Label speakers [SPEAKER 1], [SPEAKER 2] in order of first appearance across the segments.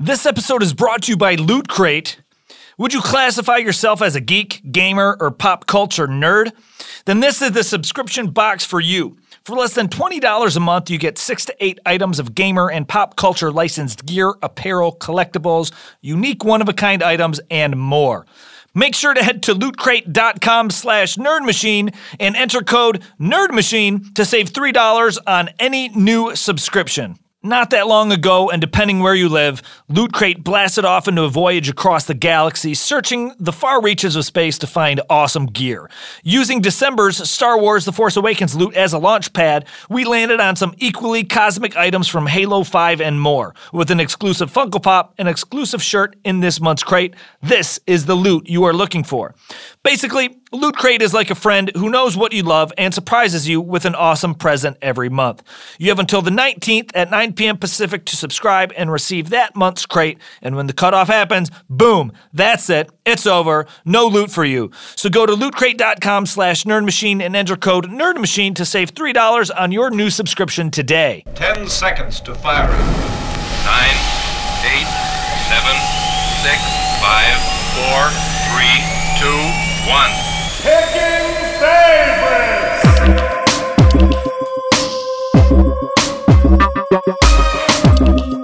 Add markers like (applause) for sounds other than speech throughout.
[SPEAKER 1] This episode is brought to you by Loot Crate. Would you classify yourself as a geek, gamer, or pop culture nerd? Then this is the subscription box for you. For less than $20 a month, you get six to eight items of gamer and pop culture licensed gear, apparel, collectibles, unique one-of-a-kind items, and more. Make sure to head to lootcrate.com slash nerdmachine and enter code nerdmachine to save $3 on any new subscription. Not that long ago, and depending where you live, Loot Crate blasted off into a voyage across the galaxy, searching the far reaches of space to find awesome gear. Using December's Star Wars The Force Awakens loot as a launch pad, we landed on some equally cosmic items from Halo 5 and more, with an exclusive Funko Pop, an exclusive shirt in this month's crate. This is the loot you are looking for. Basically, Loot Crate is like a friend who knows what you love and surprises you with an awesome present every month. You have until the 19th at 9 p.m. Pacific to subscribe and receive that month's crate. And when the cutoff happens, boom, that's it. It's over. No loot for you. So go to lootcrate.com slash nerdmachine and enter code nerdmachine to save $3 on your new subscription today.
[SPEAKER 2] Ten seconds to firing. Nine, eight, seven, six, five, four, three, two, one.
[SPEAKER 3] Picking favorites.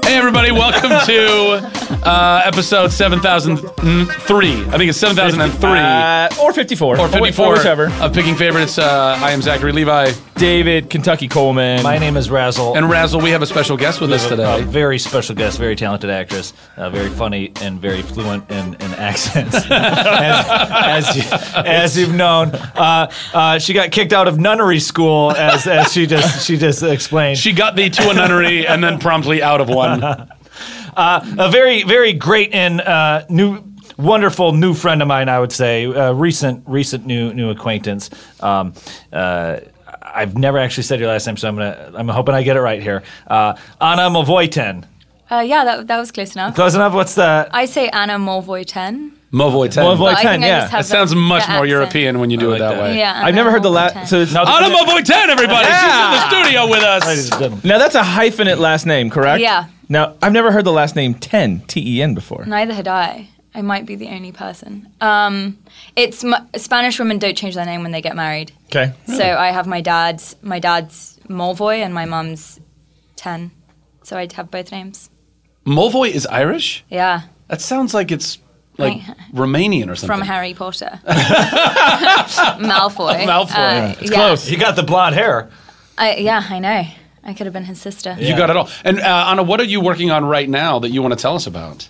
[SPEAKER 4] Hey everybody, welcome
[SPEAKER 2] (laughs)
[SPEAKER 4] to uh, episode 7003. I think it's 7003
[SPEAKER 5] Uh, or 54.
[SPEAKER 4] or 54
[SPEAKER 5] Or whichever.
[SPEAKER 4] of Picking Favorites. Uh, I am Zachary Levi.
[SPEAKER 5] David, Kentucky Coleman.
[SPEAKER 1] My name is Razzle.
[SPEAKER 4] And Razzle, we have a special guest with us
[SPEAKER 1] a
[SPEAKER 4] today.
[SPEAKER 1] very special guest, very talented actress, uh, very funny and very fluent in, in accents, (laughs) as, as, you, as you've known. Uh, uh, she got kicked out of nunnery school, as, as she just she just explained.
[SPEAKER 4] She got thee to a nunnery and then promptly out of one.
[SPEAKER 5] (laughs)
[SPEAKER 1] Uh, a very very great and uh, new wonderful new friend of mine i would say uh, recent recent new new acquaintance um, uh, I've never actually said your last name, so I'm gonna. I'm hoping I get it right here. Uh, Anna Mavoyten.
[SPEAKER 6] Uh, yeah, that, that was close enough.
[SPEAKER 1] Close enough. What's the?
[SPEAKER 6] I say Anna Mulvoy 10.
[SPEAKER 4] Movoy 10.
[SPEAKER 1] Movoy
[SPEAKER 6] But I
[SPEAKER 1] 10,
[SPEAKER 6] think I
[SPEAKER 1] yeah.
[SPEAKER 6] just have
[SPEAKER 4] That sounds
[SPEAKER 6] the-
[SPEAKER 4] much
[SPEAKER 6] the
[SPEAKER 4] more
[SPEAKER 6] accent.
[SPEAKER 4] European when you do
[SPEAKER 1] like
[SPEAKER 4] it that,
[SPEAKER 1] that.
[SPEAKER 4] way.
[SPEAKER 6] Yeah. Anna
[SPEAKER 5] I've never heard the
[SPEAKER 6] Mulvoy
[SPEAKER 5] last.
[SPEAKER 6] 10.
[SPEAKER 5] So it's-
[SPEAKER 1] Now-
[SPEAKER 4] Anna Movoy 10, everybody.
[SPEAKER 5] Yeah.
[SPEAKER 4] She's in the studio with
[SPEAKER 1] Ladies and
[SPEAKER 4] us.
[SPEAKER 1] gentlemen.
[SPEAKER 5] now that's a hyphenate last name, correct?
[SPEAKER 6] Yeah.
[SPEAKER 5] Now I've never heard the last name Ten T E N before.
[SPEAKER 6] Neither had I. I might be the only person. Um, it's m- Spanish women don't change their name when they get married.
[SPEAKER 5] Okay.
[SPEAKER 6] So I have my dad's my dad's Mulvoy and my mum's 10. So I'd have both names.
[SPEAKER 4] Movoy is Irish?
[SPEAKER 6] Yeah,
[SPEAKER 4] That sounds like it's like
[SPEAKER 6] Right.
[SPEAKER 4] Romanian or something.
[SPEAKER 6] from Harry Potter. Malfoy. Uh,
[SPEAKER 4] Malfoy, yeah.
[SPEAKER 6] yeah.
[SPEAKER 1] You got the blonde hair.
[SPEAKER 6] I, yeah, I know. I could have been his sister.
[SPEAKER 4] You got it all. And uh, Anna, what are you working on right now that you want to tell us about?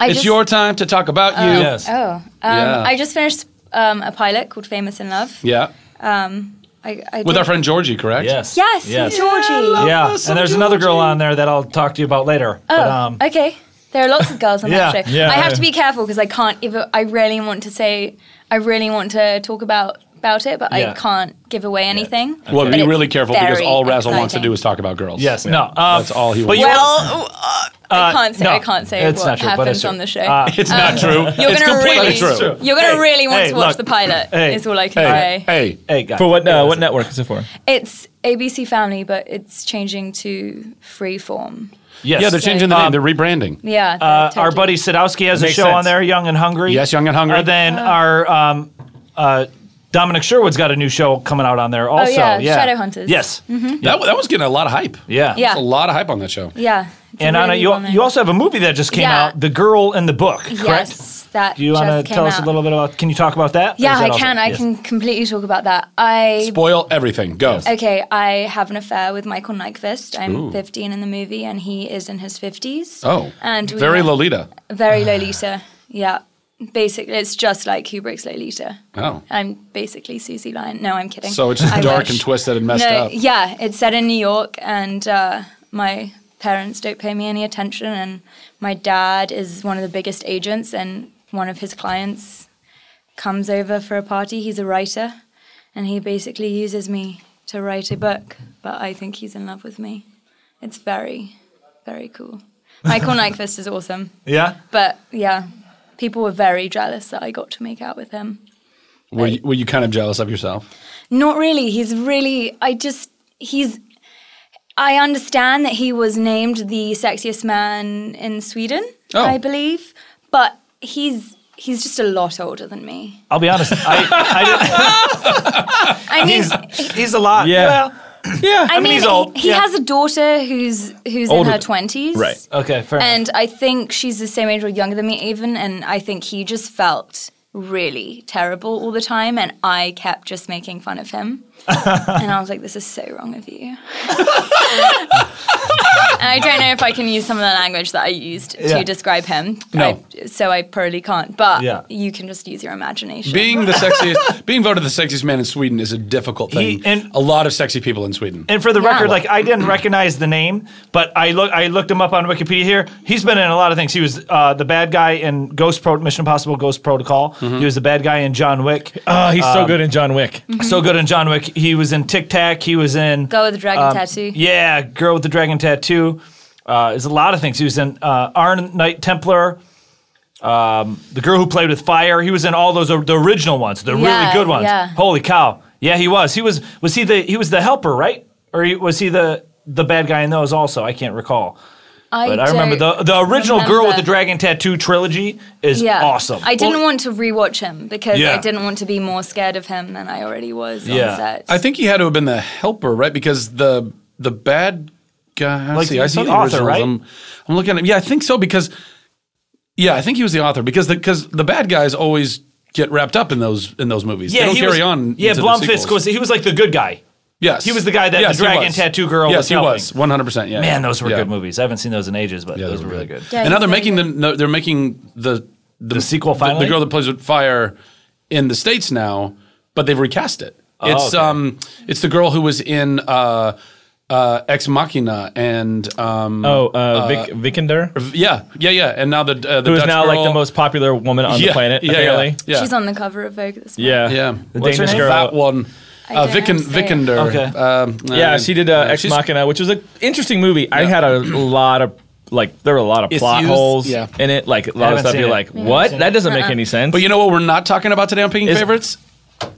[SPEAKER 6] I
[SPEAKER 4] it's
[SPEAKER 6] just-
[SPEAKER 4] your time to talk about you.
[SPEAKER 1] Yes.
[SPEAKER 6] Oh, um,
[SPEAKER 4] Yeah.
[SPEAKER 6] I just finished um, a pilot called Famous in Love.
[SPEAKER 4] Yeah.
[SPEAKER 6] I, I
[SPEAKER 4] With
[SPEAKER 6] did-
[SPEAKER 4] our friend Georgie, correct?
[SPEAKER 1] Yes.
[SPEAKER 6] Yes, Georgie.
[SPEAKER 1] Yeah,
[SPEAKER 4] us
[SPEAKER 1] and
[SPEAKER 4] some
[SPEAKER 1] there's another girl
[SPEAKER 4] Georgie.
[SPEAKER 1] on there that I'll talk to you about later. Oh,
[SPEAKER 6] Oh, okay. There are lots of girls on
[SPEAKER 1] Yeah,
[SPEAKER 6] that show.
[SPEAKER 1] yeah,
[SPEAKER 6] I have
[SPEAKER 1] yeah.
[SPEAKER 6] to be careful because I can't. If I really want to say, I really want to talk about about it, but
[SPEAKER 1] Yeah.
[SPEAKER 6] I can't give away anything.
[SPEAKER 4] Well,
[SPEAKER 6] But
[SPEAKER 4] be
[SPEAKER 6] it's
[SPEAKER 4] really careful because
[SPEAKER 6] very
[SPEAKER 4] all Razzle wants to
[SPEAKER 6] exciting.
[SPEAKER 4] do is talk about girls.
[SPEAKER 1] yes, no, um,
[SPEAKER 4] That's all he
[SPEAKER 1] but
[SPEAKER 4] wants.
[SPEAKER 1] you-
[SPEAKER 6] Well, uh, I can't say.
[SPEAKER 1] Uh, no,
[SPEAKER 6] I can't say
[SPEAKER 1] it's
[SPEAKER 6] what
[SPEAKER 1] not true, but it's
[SPEAKER 6] happens
[SPEAKER 1] true.
[SPEAKER 6] on the show.
[SPEAKER 1] Uh,
[SPEAKER 4] it's
[SPEAKER 6] (laughs)
[SPEAKER 4] not true.
[SPEAKER 6] you're
[SPEAKER 4] it's
[SPEAKER 6] gonna
[SPEAKER 4] completely
[SPEAKER 6] really,
[SPEAKER 4] true.
[SPEAKER 6] you're gonna
[SPEAKER 1] Hey,
[SPEAKER 6] really want
[SPEAKER 1] hey,
[SPEAKER 6] to watch
[SPEAKER 1] look.
[SPEAKER 6] the pilot.
[SPEAKER 1] Hey,
[SPEAKER 6] is all I can
[SPEAKER 4] Hey,
[SPEAKER 6] say.
[SPEAKER 4] hey.
[SPEAKER 1] hey guys,
[SPEAKER 5] For what? Uh, what network is it for?
[SPEAKER 6] It's ABC Family, but it's changing to Freeform.
[SPEAKER 1] Yes.
[SPEAKER 4] Yeah, they're changing the name.
[SPEAKER 1] Um,
[SPEAKER 4] they're rebranding.
[SPEAKER 6] Yeah.
[SPEAKER 1] Uh,
[SPEAKER 6] they're
[SPEAKER 1] our
[SPEAKER 6] totally-
[SPEAKER 1] buddy Sadowski has a
[SPEAKER 5] Makes
[SPEAKER 1] show on
[SPEAKER 5] sense.
[SPEAKER 1] there, Young and Hungry.
[SPEAKER 4] Yes, Young and Hungry.
[SPEAKER 1] Uh, then
[SPEAKER 6] Oh.
[SPEAKER 1] our um, uh, Dominic Sherwood's got a new show coming out on there also.
[SPEAKER 6] Oh, yeah, Shadowhunters. Mm-hmm.
[SPEAKER 1] Yes.
[SPEAKER 4] That, that was getting a lot of hype.
[SPEAKER 1] Yeah.
[SPEAKER 6] Yeah.
[SPEAKER 4] A lot of hype on that show.
[SPEAKER 6] Yeah. it's
[SPEAKER 1] And Anna,
[SPEAKER 6] really
[SPEAKER 1] you,
[SPEAKER 6] well known.
[SPEAKER 1] you also have a movie that just came
[SPEAKER 6] Yeah.
[SPEAKER 1] out, The Girl in the Book, correct?
[SPEAKER 6] Yes, that
[SPEAKER 1] Do you
[SPEAKER 6] just
[SPEAKER 1] want to
[SPEAKER 6] came
[SPEAKER 1] tell us
[SPEAKER 6] out.
[SPEAKER 1] a little bit about? Can you talk about that? Or
[SPEAKER 6] Yeah,
[SPEAKER 1] is that
[SPEAKER 6] I
[SPEAKER 1] also-
[SPEAKER 6] can. I
[SPEAKER 1] yes.
[SPEAKER 6] can completely talk about that. I
[SPEAKER 4] Spoil everything. Go.
[SPEAKER 6] okay. I have an affair with Michael Nyqvist. I'm 15 in the movie, and he is in his 50s.
[SPEAKER 4] Oh.
[SPEAKER 6] and we
[SPEAKER 4] very
[SPEAKER 6] have-
[SPEAKER 4] Lolita.
[SPEAKER 6] Very Lolita. Yeah, basically, it's just like Kubrick's Lolita.
[SPEAKER 4] Oh.
[SPEAKER 6] I'm basically Susie Lyon. No, I'm kidding.
[SPEAKER 4] So it's just
[SPEAKER 6] I
[SPEAKER 4] dark
[SPEAKER 6] wish.
[SPEAKER 4] and twisted and messed
[SPEAKER 6] No,
[SPEAKER 4] up.
[SPEAKER 6] yeah, it's set in New York, and uh, my parents don't pay me any attention, and my dad is one of the biggest agents, and one of his clients comes over for a party. He's a writer, and he basically uses me to write a book, but I think he's in love with me. It's very, very cool.
[SPEAKER 4] (laughs)
[SPEAKER 6] Michael Nyqvist is awesome,
[SPEAKER 1] Yeah.
[SPEAKER 6] but yeah, people were very jealous that I got to make out with him.
[SPEAKER 4] Were you, were you kind of jealous of yourself?
[SPEAKER 6] Not really. He's really. I just. He's. I understand that he was named the sexiest man in Sweden.
[SPEAKER 4] Oh.
[SPEAKER 6] I believe. But he's he's just a lot older than me.
[SPEAKER 1] I'll be honest. I, I
[SPEAKER 5] (laughs)
[SPEAKER 1] didn't-
[SPEAKER 6] I mean,
[SPEAKER 1] he's, he's a lot.
[SPEAKER 5] Yeah.
[SPEAKER 1] Well,
[SPEAKER 5] Yeah.
[SPEAKER 6] I mean,
[SPEAKER 1] he's old,
[SPEAKER 6] he, he
[SPEAKER 1] yeah.
[SPEAKER 6] has a daughter who's who's
[SPEAKER 5] Older.
[SPEAKER 6] in her twenties,
[SPEAKER 5] Right.
[SPEAKER 1] okay, fair enough.
[SPEAKER 6] And I think she's the same age or younger than me, even. And I think he just felt really terrible all the time, and I kept just making fun
[SPEAKER 1] (laughs)
[SPEAKER 6] of him. and I was like, "This is so wrong of you." and I don't know if I can use some of the language that I used
[SPEAKER 1] Yeah.
[SPEAKER 6] to describe him.
[SPEAKER 4] No.
[SPEAKER 6] I- so I probably can't. But
[SPEAKER 1] Yeah.
[SPEAKER 6] you can just use your imagination.
[SPEAKER 4] Being the
[SPEAKER 6] (laughs)
[SPEAKER 4] sexiest, being voted the sexiest man in Sweden is a difficult thing.
[SPEAKER 1] He- and-
[SPEAKER 4] a lot of sexy people in Sweden.
[SPEAKER 1] And for the
[SPEAKER 6] Yeah.
[SPEAKER 1] record, like I didn't recognize the name, but I look I looked him up on Wikipedia here. He's been in a lot of things. He was uh, the bad guy in Ghost Pro Mission Impossible Ghost Protocol. He was the bad guy in John Wick. Um,
[SPEAKER 5] Oh, Mm-hmm. he's so good in John Wick.
[SPEAKER 1] so good in John Wick. He was in Tic Tac. He was in
[SPEAKER 6] Go with the dragon tattoo.
[SPEAKER 1] Um, yeah, Girl with the Dragon Tattoo. Uh, is a lot of things. He was in uh, Iron Knight Templar. Um, the girl who played with fire. He was in all those or- the original ones, the really
[SPEAKER 6] Yeah,
[SPEAKER 1] good ones.
[SPEAKER 6] yeah.
[SPEAKER 1] Holy cow! Yeah, he was. He was. Was he the? He was the helper, right? Or he, was he the the bad guy in those also? I can't recall. But I, remember
[SPEAKER 6] don't
[SPEAKER 1] the the original Girl with
[SPEAKER 6] remember.
[SPEAKER 1] the Dragon Tattoo trilogy is
[SPEAKER 6] Yeah.
[SPEAKER 1] awesome.
[SPEAKER 6] I didn't
[SPEAKER 1] Well,
[SPEAKER 6] want to rewatch him because
[SPEAKER 1] Yeah.
[SPEAKER 6] I didn't want to be more scared of him than I already was
[SPEAKER 1] Yeah.
[SPEAKER 6] on set.
[SPEAKER 4] I think he had to have been the helper, right? Because the the bad guy.
[SPEAKER 1] Like
[SPEAKER 4] Like see, I
[SPEAKER 1] the-
[SPEAKER 4] saw
[SPEAKER 1] the
[SPEAKER 4] the,
[SPEAKER 1] author,
[SPEAKER 4] originals.
[SPEAKER 1] right?
[SPEAKER 4] I'm, I'm looking at him. Yeah, I think so. Because yeah, I think he was the author. Because the because the bad guys always get wrapped up in those in those movies.
[SPEAKER 1] Yeah,
[SPEAKER 4] they don't
[SPEAKER 1] he
[SPEAKER 4] carry
[SPEAKER 1] was,
[SPEAKER 4] on.
[SPEAKER 1] Yeah,
[SPEAKER 4] into the
[SPEAKER 1] Blomfisk
[SPEAKER 4] sequels.
[SPEAKER 1] was he was like the good guy.
[SPEAKER 4] Yes,
[SPEAKER 1] he was the guy that the
[SPEAKER 4] Yes, he
[SPEAKER 1] dragon
[SPEAKER 4] was.
[SPEAKER 1] tattoo girl
[SPEAKER 4] Yes,
[SPEAKER 1] was
[SPEAKER 4] he
[SPEAKER 1] helping.
[SPEAKER 4] was. One hundred percent. Yeah.
[SPEAKER 1] Man, those were
[SPEAKER 4] Yeah.
[SPEAKER 1] good movies. I haven't seen those in ages, but those were really good.
[SPEAKER 6] Yeah,
[SPEAKER 4] and now
[SPEAKER 6] he's
[SPEAKER 4] they're
[SPEAKER 6] very
[SPEAKER 4] making
[SPEAKER 6] good.
[SPEAKER 4] the they're making the the,
[SPEAKER 1] sequel finally?
[SPEAKER 4] The, girl that plays with fire in the states now, but they've recast it.
[SPEAKER 5] Oh,
[SPEAKER 4] it's
[SPEAKER 1] okay.
[SPEAKER 4] um it's the girl who was in uh uh Ex Machina and um
[SPEAKER 5] Oh, uh, Vic, Vikander,
[SPEAKER 4] yeah yeah yeah and now the uh, the
[SPEAKER 5] who is
[SPEAKER 4] Dutch
[SPEAKER 5] now like
[SPEAKER 4] girl-
[SPEAKER 5] the most popular woman on the
[SPEAKER 4] Yeah,
[SPEAKER 5] planet,
[SPEAKER 4] yeah,
[SPEAKER 5] apparently.
[SPEAKER 4] yeah, yeah.
[SPEAKER 6] She's on the cover of Vogue this month.
[SPEAKER 5] Yeah.
[SPEAKER 4] yeah
[SPEAKER 5] The
[SPEAKER 1] What's her
[SPEAKER 5] Danish
[SPEAKER 1] name?
[SPEAKER 5] girl.
[SPEAKER 4] that one
[SPEAKER 6] I
[SPEAKER 4] uh,
[SPEAKER 6] don't know how
[SPEAKER 4] Vicken,
[SPEAKER 6] to say it.
[SPEAKER 4] Vickender
[SPEAKER 1] Okay.
[SPEAKER 4] um,
[SPEAKER 5] Yeah,
[SPEAKER 4] uh,
[SPEAKER 5] she did uh,
[SPEAKER 4] yeah,
[SPEAKER 5] Ex
[SPEAKER 4] she's-
[SPEAKER 5] Machina, which was an interesting movie. I had a lot of like there were a lot of plot
[SPEAKER 4] used-
[SPEAKER 5] holes
[SPEAKER 4] yeah.
[SPEAKER 5] in it, like a lot
[SPEAKER 1] haven't
[SPEAKER 5] of stuff.
[SPEAKER 1] seen
[SPEAKER 5] You're
[SPEAKER 1] it.
[SPEAKER 5] like,
[SPEAKER 1] Yeah,
[SPEAKER 5] what?
[SPEAKER 1] seen it.
[SPEAKER 5] That
[SPEAKER 1] Uh-uh.
[SPEAKER 5] doesn't make any sense.
[SPEAKER 4] But you know what? We're not talking about today on picking
[SPEAKER 5] Is-
[SPEAKER 4] favorites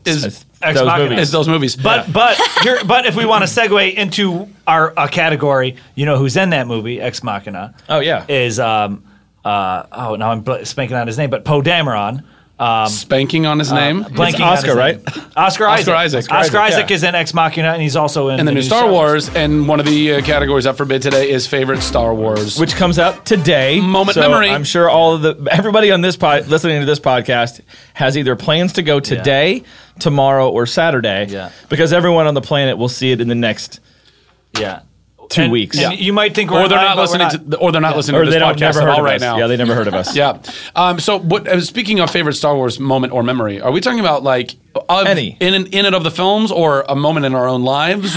[SPEAKER 4] is
[SPEAKER 5] It's
[SPEAKER 1] Ex
[SPEAKER 5] those
[SPEAKER 1] Machina.
[SPEAKER 4] is
[SPEAKER 5] movies.
[SPEAKER 4] those movies.
[SPEAKER 1] But
[SPEAKER 4] Yeah.
[SPEAKER 1] but here, but if we want to segue into our uh, category, you know who's in that movie, Ex Machina?
[SPEAKER 5] Oh, yeah.
[SPEAKER 1] is um uh oh now I'm bl- spanking on his name, but Poe Dameron. Um,
[SPEAKER 4] spanking on his
[SPEAKER 5] Uh,
[SPEAKER 4] name.
[SPEAKER 1] blanking
[SPEAKER 5] It's
[SPEAKER 1] on
[SPEAKER 5] Oscar,
[SPEAKER 1] his name.
[SPEAKER 5] right?
[SPEAKER 1] Oscar Isaac.
[SPEAKER 4] Isaac.
[SPEAKER 1] Oscar,
[SPEAKER 4] Oscar
[SPEAKER 1] Isaac
[SPEAKER 5] Isaac, yeah.
[SPEAKER 1] is in Ex Machina, and he's also in
[SPEAKER 4] and the new Star Wars. And one of the uh, categories up for bid today is favorite Star Wars.
[SPEAKER 5] which comes out today.
[SPEAKER 4] Moment
[SPEAKER 5] so
[SPEAKER 4] memory.
[SPEAKER 5] I'm sure all of the everybody on this pod listening to this podcast has either plans to go today, tomorrow, or Saturday.
[SPEAKER 1] Yeah.
[SPEAKER 5] Because everyone on the planet will see it in the next
[SPEAKER 1] Yeah.
[SPEAKER 5] two
[SPEAKER 1] And-
[SPEAKER 5] weeks.
[SPEAKER 1] and you might think we're
[SPEAKER 4] or they're
[SPEAKER 1] lying, but
[SPEAKER 4] not
[SPEAKER 1] we're
[SPEAKER 4] listening
[SPEAKER 1] not.
[SPEAKER 4] to, the- or they're not listening
[SPEAKER 5] Or
[SPEAKER 4] to this
[SPEAKER 5] they don't
[SPEAKER 4] podcast
[SPEAKER 5] never
[SPEAKER 4] at
[SPEAKER 5] heard
[SPEAKER 4] all
[SPEAKER 5] of
[SPEAKER 4] right
[SPEAKER 5] us.
[SPEAKER 4] now.
[SPEAKER 5] Yeah, they never heard of us.
[SPEAKER 4] (laughs) Yeah. Um, so, what, uh, speaking of favorite Star Wars moment or memory, are we talking about like of,
[SPEAKER 5] Any.
[SPEAKER 4] in and, in and of the films, or a moment in our own
[SPEAKER 6] Uh,
[SPEAKER 4] lives?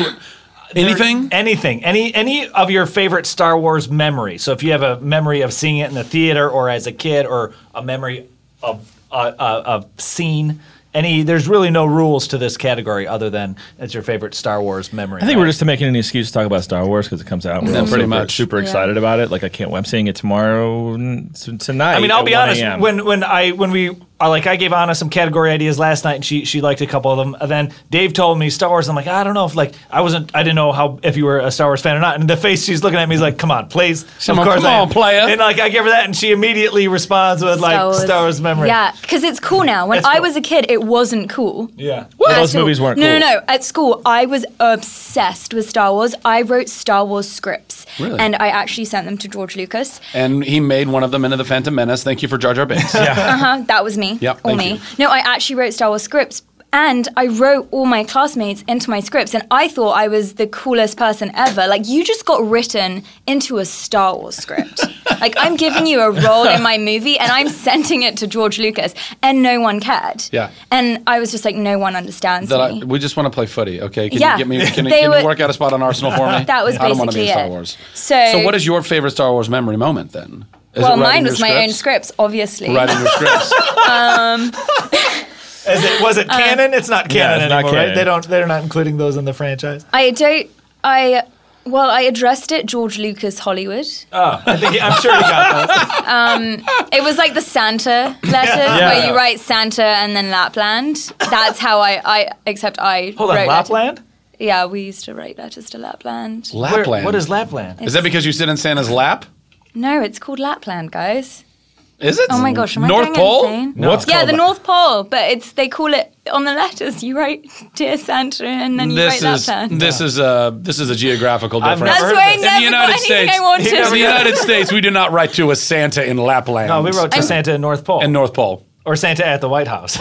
[SPEAKER 4] Anything?
[SPEAKER 1] Anything. Any any of your favorite Star Wars memories. So if you have a memory of seeing it in the theater or as a kid or a memory of uh, uh, of scene. Any there's really no rules to this category other than it's your favorite Star Wars memory.
[SPEAKER 5] I think we're just making an excuse to talk about Star Wars because it comes out. We're all
[SPEAKER 4] pretty
[SPEAKER 5] super,
[SPEAKER 4] much.
[SPEAKER 5] super
[SPEAKER 6] Yeah.
[SPEAKER 5] excited about it. Like I can't. I'm seeing it tomorrow, n- t- tonight.
[SPEAKER 1] I mean, I'll
[SPEAKER 5] at
[SPEAKER 1] be
[SPEAKER 5] 1
[SPEAKER 1] honest.
[SPEAKER 5] a.m..
[SPEAKER 1] When when I when we I, like I gave Anna some category ideas last night, and she she liked a couple of them. And then Dave told me Star Wars. I'm like, I don't know if like I wasn't. I didn't know how if you were a Star Wars fan or not. And the face she's looking at me is like, come on, please.
[SPEAKER 4] Come on, come
[SPEAKER 1] I am."
[SPEAKER 4] on, player.
[SPEAKER 1] And like I give her that, and she immediately responds with like Star Wars, memory.
[SPEAKER 6] Yeah, because it's cool now. When
[SPEAKER 1] It's
[SPEAKER 6] I
[SPEAKER 1] cool.
[SPEAKER 6] was a kid, it wasn't cool.
[SPEAKER 1] Yeah.
[SPEAKER 6] At
[SPEAKER 5] those
[SPEAKER 6] all.
[SPEAKER 5] movies weren't
[SPEAKER 6] no,
[SPEAKER 5] cool.
[SPEAKER 6] No, no, At school, I was obsessed with Star Wars. I wrote Star Wars scripts.
[SPEAKER 4] Really?
[SPEAKER 6] And I actually sent them to George Lucas.
[SPEAKER 4] And he made one of them into the Phantom Menace. Thank you for Jar Jar
[SPEAKER 5] (laughs)
[SPEAKER 4] Binks. yeah.
[SPEAKER 6] Uh-huh, that was me.
[SPEAKER 4] Yep,
[SPEAKER 6] All
[SPEAKER 4] thank
[SPEAKER 6] me.
[SPEAKER 4] you.
[SPEAKER 6] No, I actually wrote Star Wars scripts. And I wrote all my classmates into my scripts, and I thought I was the coolest person ever. Like, you just got written into a Star Wars
[SPEAKER 4] (laughs)
[SPEAKER 6] script. like, I'm giving you a role in my movie, and I'm sending it to George Lucas, and no one cared.
[SPEAKER 4] Yeah.
[SPEAKER 6] And I was just like, no one understands
[SPEAKER 4] That I,
[SPEAKER 6] me.
[SPEAKER 4] we just want to play footy, okay? Can
[SPEAKER 6] Yeah.
[SPEAKER 4] you get me? Can,
[SPEAKER 6] They
[SPEAKER 4] can
[SPEAKER 6] were-
[SPEAKER 4] you work out a spot on Arsenal for me?
[SPEAKER 6] (laughs) That was
[SPEAKER 4] I don't want to be in
[SPEAKER 6] basically
[SPEAKER 4] Star
[SPEAKER 6] it.
[SPEAKER 4] Wars.
[SPEAKER 6] So-
[SPEAKER 4] so what is your favorite Star Wars memory moment then? Is
[SPEAKER 6] well,
[SPEAKER 4] it writing
[SPEAKER 6] mine
[SPEAKER 4] your
[SPEAKER 6] was my own scripts, obviously.
[SPEAKER 4] Writing your scripts.
[SPEAKER 1] As it was it canon? It's not canon
[SPEAKER 5] it's not
[SPEAKER 1] anymore, right?
[SPEAKER 5] canon.
[SPEAKER 1] They don't. They're not including those in the franchise.
[SPEAKER 6] I don't. I well, I addressed it George Lucas Hollywood.
[SPEAKER 1] I think I'm sure you got that.
[SPEAKER 6] It was like the Santa letters where you write Santa and then Lapland. That's how I. I except I
[SPEAKER 1] Hold on,
[SPEAKER 6] wrote letters-
[SPEAKER 1] Lapland.
[SPEAKER 6] Yeah, we used to write letters to Lapland.
[SPEAKER 1] Where-
[SPEAKER 4] Lapland.
[SPEAKER 1] what is Lapland?
[SPEAKER 4] Is that because you sit in Santa's lap?
[SPEAKER 6] No, it's called Lapland, guys.
[SPEAKER 4] Is it?
[SPEAKER 6] Oh my gosh, am I
[SPEAKER 4] Mm. North
[SPEAKER 6] going
[SPEAKER 4] Pole?
[SPEAKER 6] insane?
[SPEAKER 5] No. What's
[SPEAKER 6] yeah,
[SPEAKER 5] called
[SPEAKER 6] the
[SPEAKER 5] that?
[SPEAKER 6] North Pole, but it's they call it on the letters. You write Dear Santa and then you
[SPEAKER 4] This
[SPEAKER 6] write
[SPEAKER 4] is
[SPEAKER 6] Lapland.
[SPEAKER 4] this is a this is a geographical
[SPEAKER 5] I've
[SPEAKER 4] difference.
[SPEAKER 6] That's
[SPEAKER 5] never heard
[SPEAKER 6] why I
[SPEAKER 5] this.
[SPEAKER 4] in the
[SPEAKER 6] never got
[SPEAKER 4] United
[SPEAKER 6] anything
[SPEAKER 4] States,
[SPEAKER 6] I wanted.
[SPEAKER 4] in the United
[SPEAKER 6] (laughs)
[SPEAKER 4] States, we do not write to a Santa in Lapland.
[SPEAKER 5] No, we wrote to Santa in North Pole
[SPEAKER 4] and North Pole.
[SPEAKER 5] or Santa at the White House.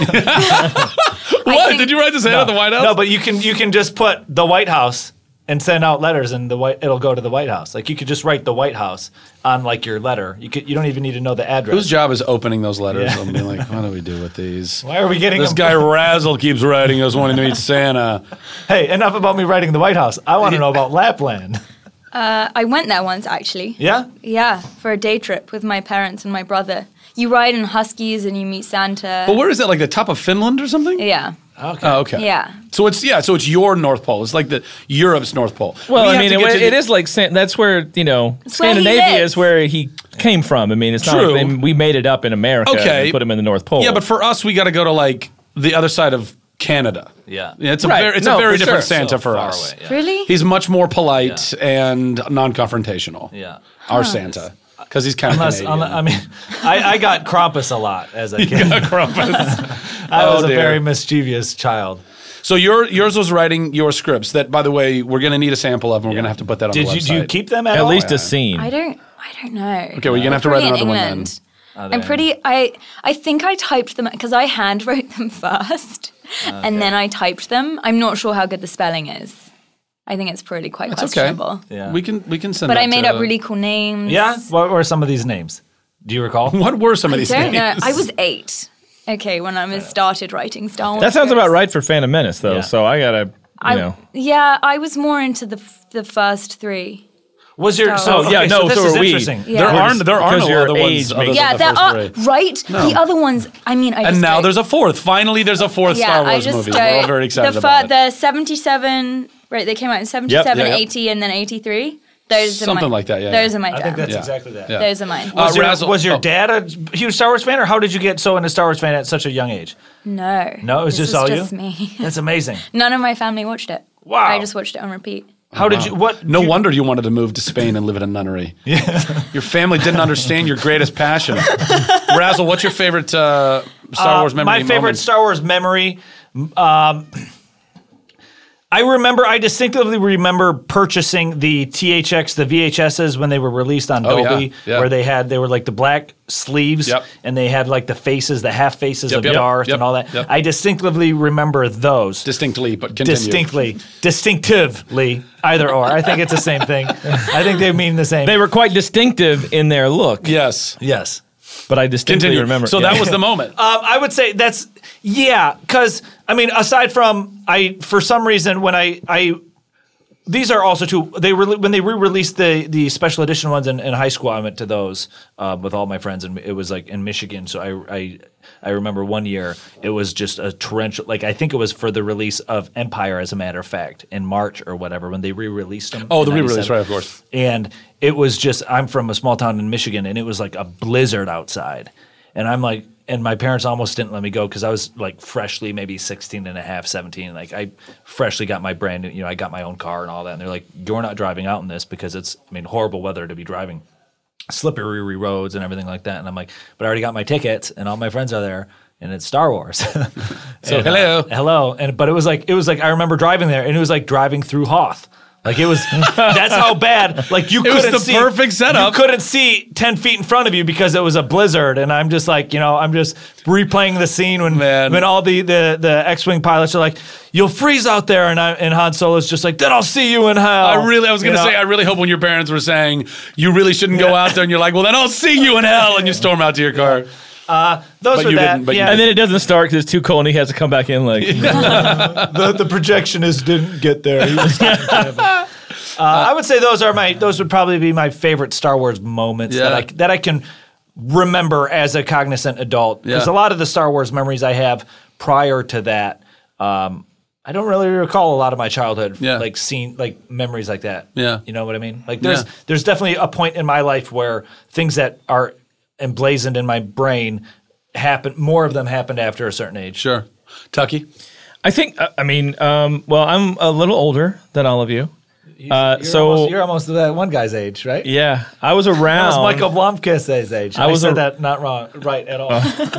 [SPEAKER 4] What?
[SPEAKER 6] think-
[SPEAKER 4] Did you write to Santa at the White House?
[SPEAKER 5] No, but you can you can just put the White House and send out letters, and the white it'll go to the White House. Like you could just write the White House on like your letter. You could you don't even need to know the address.
[SPEAKER 4] Whose job is opening those letters and being like, what do we do with these?
[SPEAKER 5] Why are we getting
[SPEAKER 4] This
[SPEAKER 5] them? (laughs)
[SPEAKER 4] guy Razzle keeps writing us wanting to meet Santa.
[SPEAKER 5] Hey, enough about me writing the White House. I want to know about
[SPEAKER 1] (laughs)
[SPEAKER 5] Lapland.
[SPEAKER 6] I went there once actually.
[SPEAKER 5] Yeah,
[SPEAKER 6] Yeah, for a day trip with my parents and my brother. You ride in huskies and you meet Santa.
[SPEAKER 4] But where is that? Like the top of Finland or something?
[SPEAKER 6] yeah,
[SPEAKER 4] Oh, okay.
[SPEAKER 6] yeah.
[SPEAKER 4] So it's yeah. So it's your North Pole. It's like the Europe's North Pole.
[SPEAKER 7] Well,
[SPEAKER 4] We
[SPEAKER 7] I
[SPEAKER 4] have
[SPEAKER 7] mean,
[SPEAKER 4] to
[SPEAKER 7] it,
[SPEAKER 4] get
[SPEAKER 7] wa-
[SPEAKER 4] to
[SPEAKER 7] it
[SPEAKER 4] the-
[SPEAKER 7] is like San- that's where you know
[SPEAKER 6] It's where he
[SPEAKER 7] Scandinavia
[SPEAKER 6] lives.
[SPEAKER 7] is where he came from. I mean, it's not
[SPEAKER 4] True.
[SPEAKER 7] like they, we made it up in America.
[SPEAKER 4] Okay.
[SPEAKER 7] and put him in the North Pole.
[SPEAKER 4] Yeah, but for us, we got to go to like the other side of Canada.
[SPEAKER 1] Yeah.
[SPEAKER 4] it's a
[SPEAKER 7] Right.
[SPEAKER 4] very, it's a
[SPEAKER 7] No,
[SPEAKER 4] very
[SPEAKER 7] for
[SPEAKER 4] different
[SPEAKER 7] sure.
[SPEAKER 4] Santa for
[SPEAKER 1] far
[SPEAKER 4] us.
[SPEAKER 1] away, yeah.
[SPEAKER 6] Really?
[SPEAKER 4] He's much more polite and non-confrontational.
[SPEAKER 1] Yeah.
[SPEAKER 4] our Santa, because he's kind of
[SPEAKER 1] Unless,
[SPEAKER 4] Canadian. (laughs)
[SPEAKER 1] unle- (laughs) I
[SPEAKER 5] (laughs)
[SPEAKER 1] mean, I, I got Krampus a lot as (laughs) a kid. I
[SPEAKER 4] Oh,
[SPEAKER 1] was a
[SPEAKER 4] dear.
[SPEAKER 1] very mischievous child.
[SPEAKER 4] so your yours was writing your scripts. That, by the way, we're gonna need a sample of, and we're gonna have to put that on.
[SPEAKER 1] Did
[SPEAKER 4] the
[SPEAKER 1] you do you
[SPEAKER 4] website.
[SPEAKER 1] keep them at,
[SPEAKER 7] at
[SPEAKER 1] all?
[SPEAKER 7] least a scene.
[SPEAKER 6] I don't. I don't know.
[SPEAKER 4] Okay, well, you're gonna have to write
[SPEAKER 6] Probably
[SPEAKER 4] another
[SPEAKER 6] in
[SPEAKER 4] one then.
[SPEAKER 6] England. I'm pretty. I I think I typed them because I hand wrote them (laughs) first,
[SPEAKER 4] Ah,
[SPEAKER 6] and then I typed them. I'm not sure how good the spelling is. I think it's probably quite
[SPEAKER 4] That's okay.
[SPEAKER 6] questionable.
[SPEAKER 1] Yeah.
[SPEAKER 4] We can we can send.
[SPEAKER 6] But
[SPEAKER 4] that
[SPEAKER 6] I made
[SPEAKER 4] to-
[SPEAKER 6] up really cool names.
[SPEAKER 1] Yeah. What were some of these names? Do you recall?
[SPEAKER 4] What were some of these
[SPEAKER 6] Don't
[SPEAKER 4] names?
[SPEAKER 6] know.
[SPEAKER 4] (laughs)
[SPEAKER 6] I was eight. Okay, when I was started writing Star Wars.
[SPEAKER 7] that sounds about
[SPEAKER 6] scripts.
[SPEAKER 7] right for Phantom Menace, though.
[SPEAKER 1] Yeah.
[SPEAKER 7] So I gotta, you
[SPEAKER 6] I,
[SPEAKER 7] know.
[SPEAKER 6] Yeah, I was more into the f- the first three.
[SPEAKER 1] (laughs) Was your so,
[SPEAKER 6] Oh,
[SPEAKER 1] okay,
[SPEAKER 7] yeah,
[SPEAKER 1] So
[SPEAKER 7] no,
[SPEAKER 1] this
[SPEAKER 7] so
[SPEAKER 1] is
[SPEAKER 7] are we.
[SPEAKER 1] interesting.
[SPEAKER 6] Yeah.
[SPEAKER 4] There aren't there aren't
[SPEAKER 7] Because
[SPEAKER 4] a lot of
[SPEAKER 7] your
[SPEAKER 4] other ones.
[SPEAKER 7] age
[SPEAKER 4] Other
[SPEAKER 7] makes-
[SPEAKER 4] than
[SPEAKER 6] yeah,
[SPEAKER 4] the
[SPEAKER 6] there
[SPEAKER 4] first
[SPEAKER 6] are
[SPEAKER 4] three.
[SPEAKER 6] right. The other ones. I mean, I
[SPEAKER 4] And
[SPEAKER 6] just
[SPEAKER 4] now
[SPEAKER 6] don't-
[SPEAKER 4] there's a fourth. Finally, there's a fourth
[SPEAKER 6] yeah,
[SPEAKER 4] Star
[SPEAKER 6] I
[SPEAKER 4] Wars
[SPEAKER 6] just
[SPEAKER 4] movie.
[SPEAKER 6] don't-
[SPEAKER 4] We're all very excited
[SPEAKER 6] the, fir-
[SPEAKER 4] about it.
[SPEAKER 6] the 77. Right, they came out in 77,
[SPEAKER 4] yeah, yeah.
[SPEAKER 6] 80, and then 83. Those are
[SPEAKER 4] Something
[SPEAKER 6] my,
[SPEAKER 4] like that, yeah,
[SPEAKER 6] Those
[SPEAKER 4] yeah.
[SPEAKER 6] are my
[SPEAKER 1] I think
[SPEAKER 6] dad.
[SPEAKER 1] that's
[SPEAKER 4] Yeah.
[SPEAKER 1] exactly that.
[SPEAKER 4] Yeah.
[SPEAKER 6] Those are mine.
[SPEAKER 4] Uh,
[SPEAKER 1] Was, your,
[SPEAKER 4] Razzle-
[SPEAKER 1] was your
[SPEAKER 4] oh.
[SPEAKER 1] dad a huge Star Wars fan, or how did you get so into Star Wars fan at such a young age?
[SPEAKER 6] no,
[SPEAKER 1] No, it was
[SPEAKER 6] this
[SPEAKER 1] just all
[SPEAKER 6] was
[SPEAKER 1] you?
[SPEAKER 6] just
[SPEAKER 1] (laughs)
[SPEAKER 6] me. (laughs)
[SPEAKER 1] That's amazing.
[SPEAKER 6] None of my family watched it.
[SPEAKER 1] Wow.
[SPEAKER 6] I just watched it on repeat.
[SPEAKER 1] How did you? What?
[SPEAKER 4] No
[SPEAKER 1] you-
[SPEAKER 4] wonder you wanted to move to Spain and live in a nunnery. (laughs) Yeah. Your family didn't understand your greatest (laughs) passion. Razzle, what's your favorite uh, Star Wars memory?
[SPEAKER 1] My favorite
[SPEAKER 4] moment?
[SPEAKER 1] Star Wars memory. m- Um, I remember. I distinctively remember purchasing the THX, the VHSs when they were released on
[SPEAKER 4] Oh, yeah,
[SPEAKER 1] Dolby,
[SPEAKER 4] yeah.
[SPEAKER 1] where they had they were like the black sleeves,
[SPEAKER 4] Yep.
[SPEAKER 1] and they had like the faces, the half faces
[SPEAKER 4] Yep,
[SPEAKER 1] of
[SPEAKER 4] yep,
[SPEAKER 1] Darth
[SPEAKER 4] yep,
[SPEAKER 1] and all that.
[SPEAKER 4] yep.
[SPEAKER 1] I distinctively remember those.
[SPEAKER 4] Distinctly, but continue.
[SPEAKER 1] distinctly, distinctively, either or. I think it's the same thing. I think they mean the same.
[SPEAKER 7] They were quite distinctive in their look,
[SPEAKER 4] Yes.
[SPEAKER 1] yes.
[SPEAKER 7] but I distinctly
[SPEAKER 4] Continue.
[SPEAKER 7] remember.
[SPEAKER 4] So that was the (laughs) moment.
[SPEAKER 1] Um, I would say that's yeah, because I mean, aside from I, for some reason, when I I these are also too they re- when they re-released the the special edition ones in, in high school i went to those um, with all my friends and it was like in michigan so I, I i remember one year it was just a torrential like i think it was for the release of empire as a matter of fact in march or whatever when they re-released them
[SPEAKER 4] Oh,
[SPEAKER 1] in
[SPEAKER 4] the re-release,
[SPEAKER 1] 97.
[SPEAKER 4] right, of course.
[SPEAKER 1] and it was just i'm from a small town in michigan and it was like a blizzard outside and i'm like and my parents almost didn't let me go because i was like freshly maybe 16 and a half 17 like i freshly got my brand new you know i got my own car and all that and they're like you're not driving out in this because it's i mean horrible weather to be driving slippery roads and everything like that and i'm like but i already got my tickets and all my friends are there and it's star wars (laughs)
[SPEAKER 4] So,
[SPEAKER 1] And,
[SPEAKER 4] hello.
[SPEAKER 1] uh, hello. And but it was like it was like I remember driving there, and it was like driving through Hoth. Like
[SPEAKER 4] (laughs)
[SPEAKER 1] it was that's how bad. Like you
[SPEAKER 4] It was
[SPEAKER 1] couldn't
[SPEAKER 4] the
[SPEAKER 1] see
[SPEAKER 4] perfect setup.
[SPEAKER 1] You couldn't see ten feet in front of you because it was a blizzard. And I'm just like you know I'm just replaying the scene when
[SPEAKER 4] Man.
[SPEAKER 1] when all the the the X-wing pilots are like you'll freeze out there, and I and Han Solo's just like then I'll see you in hell.
[SPEAKER 4] I really, I was
[SPEAKER 1] You
[SPEAKER 4] going to
[SPEAKER 1] know?
[SPEAKER 4] say, I really hope when your parents were saying you really shouldn't go out there, and you're like, well, then I'll see you in hell, and you storm out to your car.
[SPEAKER 1] those
[SPEAKER 4] but
[SPEAKER 1] were
[SPEAKER 4] you
[SPEAKER 1] that.
[SPEAKER 4] didn't- but you
[SPEAKER 1] yeah.
[SPEAKER 7] and then it doesn't start because it's too cold, and he has to come back in. Like,
[SPEAKER 1] the, the projectionist didn't get there. He was (laughs) uh, I would say those are my those would probably be my favorite Star Wars moments that I
[SPEAKER 4] Yeah.
[SPEAKER 1] that I can remember as a cognizant adult because
[SPEAKER 4] Yeah.
[SPEAKER 1] a lot of the Star Wars memories I have prior to that. Um, I don't really recall a lot of my childhood,
[SPEAKER 4] Yeah.
[SPEAKER 1] like scene, like memories like that.
[SPEAKER 4] Yeah.
[SPEAKER 1] you know what I mean. Like there's
[SPEAKER 4] Yeah.
[SPEAKER 1] there's definitely a point in my life where things that are emblazoned in my brain happen. More of them happened after a certain age.
[SPEAKER 4] Sure. Tucky?
[SPEAKER 7] uh, I think. I- I mean, um, well, I'm a little older than all of you,
[SPEAKER 5] He's-
[SPEAKER 7] Uh,
[SPEAKER 5] you're
[SPEAKER 7] so-
[SPEAKER 5] almost, you're almost that one guy's age, right?
[SPEAKER 7] Yeah, I was around.
[SPEAKER 5] Almost Michael Blomkist's age. I, Uh.
[SPEAKER 7] was
[SPEAKER 5] said
[SPEAKER 7] a-
[SPEAKER 5] that not wrong, right at all.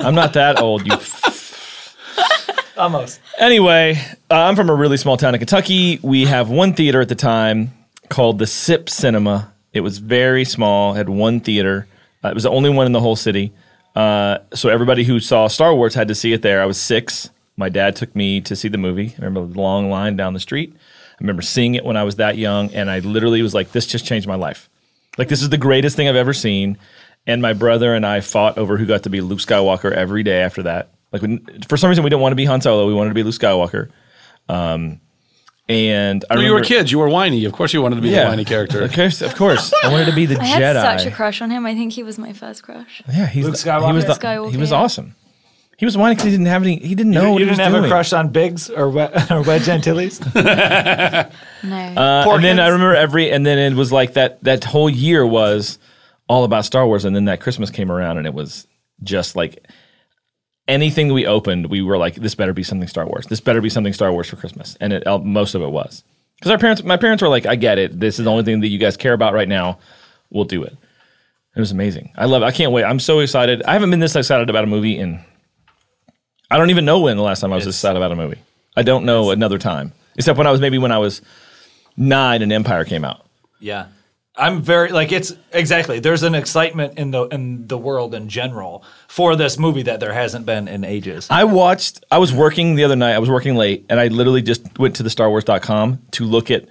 [SPEAKER 7] I'm not that old.
[SPEAKER 4] (laughs)
[SPEAKER 7] You. f-
[SPEAKER 5] (laughs) almost.
[SPEAKER 7] anyway, uh, I'm from a really small town in Kentucky. We have one theater at the time called the Sip Cinema. It was very small. Had one theater. Uh, it was the only one in the whole city. Uh, so everybody who saw Star Wars had to see it there. I was six. My dad took me to see the movie. I remember the long line down the street. I remember seeing it when I was that young, and I literally was like, "This just changed my life." Like this is the greatest thing I've ever seen. And my brother and I fought over who got to be Luke Skywalker every day after that. Like we, for some reason we didn't want to be Han Solo, we wanted to be Luke Skywalker. Um, and I
[SPEAKER 4] When you
[SPEAKER 7] remember,
[SPEAKER 4] were a kid, you were whiiny. Of course, you wanted to be the whiny character.
[SPEAKER 7] Of course, of course. I wanted to be the
[SPEAKER 6] (laughs) I
[SPEAKER 7] Jedi.
[SPEAKER 6] had such a crush on him. I think he was my first crush.
[SPEAKER 7] yeah, he's He
[SPEAKER 5] Luke
[SPEAKER 7] was,
[SPEAKER 5] Skywalker.
[SPEAKER 7] the,
[SPEAKER 6] Luke Skywalker,
[SPEAKER 7] he was
[SPEAKER 6] yeah.
[SPEAKER 7] awesome. He was whining because he didn't have any. He didn't know
[SPEAKER 5] You,
[SPEAKER 7] what
[SPEAKER 5] you
[SPEAKER 7] he was
[SPEAKER 5] didn't have a
[SPEAKER 7] doing.
[SPEAKER 5] crush on Biggs or, we- (laughs) or Wedge Antilles?
[SPEAKER 6] No.
[SPEAKER 7] Uh, and then I remember every, and then it was like that. That whole year was all about Star Wars, and then that Christmas came around, and it was just like anything we opened, we were like, "This better be something Star Wars. This better be something Star Wars for Christmas." And it, uh, most of it was because our parents, my parents were like, "I get it. This is the only thing that you guys care about right now. We'll do it." It was amazing. I love. it. I can't wait. I'm so excited. I haven't been this excited about a movie in. I don't even know when the last time I was this excited about a movie. I don't know another time except when I was maybe when I was nine and Empire came out.
[SPEAKER 5] Yeah. I'm very like it's exactly there's an excitement in the in the world in general for this movie that there hasn't been in ages.
[SPEAKER 7] I watched. I was working the other night. I was working late, and I literally just went to the StarWars.com to look at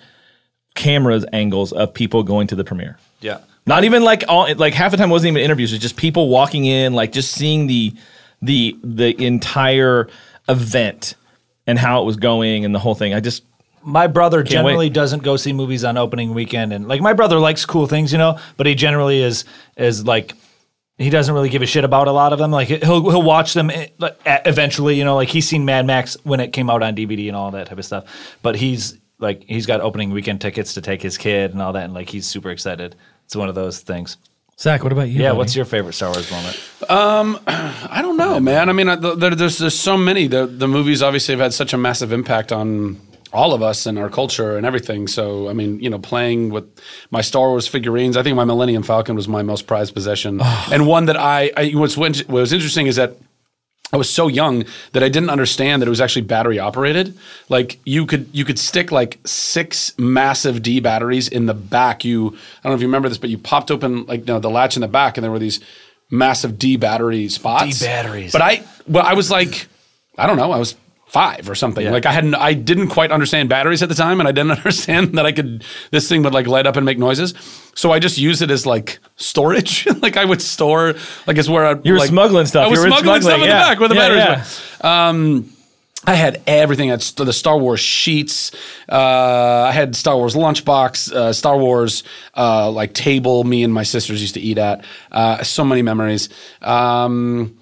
[SPEAKER 7] cameras angles of people going to the premiere.
[SPEAKER 5] Yeah.
[SPEAKER 7] Not even like all like half the time it wasn't even interviews. It's just people walking in, like just seeing the the the entire event and how it was going and the whole thing. I just
[SPEAKER 5] My brother
[SPEAKER 7] wait.
[SPEAKER 5] generally doesn't go see movies on opening weekend and like my brother likes cool things, you know, but he generally is is like he doesn't really give a shit about a lot of them. Like he'll he'll watch them eh, like, eh, eventually, you know. Like he's seen Mad Max when it came out on DVD and all that type of stuff. But he's like he's got opening weekend tickets to take his kid and all that, and like he's super excited. It's one of those things.
[SPEAKER 7] Zach, what about you?
[SPEAKER 5] Yeah. What's your favorite Star Wars moment?
[SPEAKER 4] (laughs) I don't know, man. I mean, I- there, there's there's so many. The the movies obviously have had such a massive impact on all of us and our culture and everything. So I mean, you know, playing with my Star Wars figurines. I think my Millennium Falcon was my most prized (sighs) possession, and one that I, I what's what was interesting is that. I was so young that I didn't understand that it was actually battery operated. Like you could you could stick like six massive D batteries in the back. You I don't know if you remember this, but you popped open like no the latch in the back, and there were these massive D battery spots.
[SPEAKER 5] D batteries.
[SPEAKER 4] But I well I was like I don't know I was five or something. Like I hadn't I didn't quite understand batteries at the time, and I didn't (laughs) understand that I could this thing would like light up and make noises. So I just used it as like storage. (laughs) like I would store like it's where I
[SPEAKER 7] You were
[SPEAKER 4] like-
[SPEAKER 7] smuggling stuff.
[SPEAKER 4] I was
[SPEAKER 7] You were
[SPEAKER 4] smuggling, stuff in
[SPEAKER 7] smuggling, yeah.
[SPEAKER 4] the back where the
[SPEAKER 7] Yeah,
[SPEAKER 4] batteries
[SPEAKER 7] yeah.
[SPEAKER 4] went. Um, I had everything. I had st- the Star Wars sheets. Uh, I had Star Wars lunchbox, uh, Star Wars uh, like table. Me and my sisters used to eat at. Uh, so many memories. Um,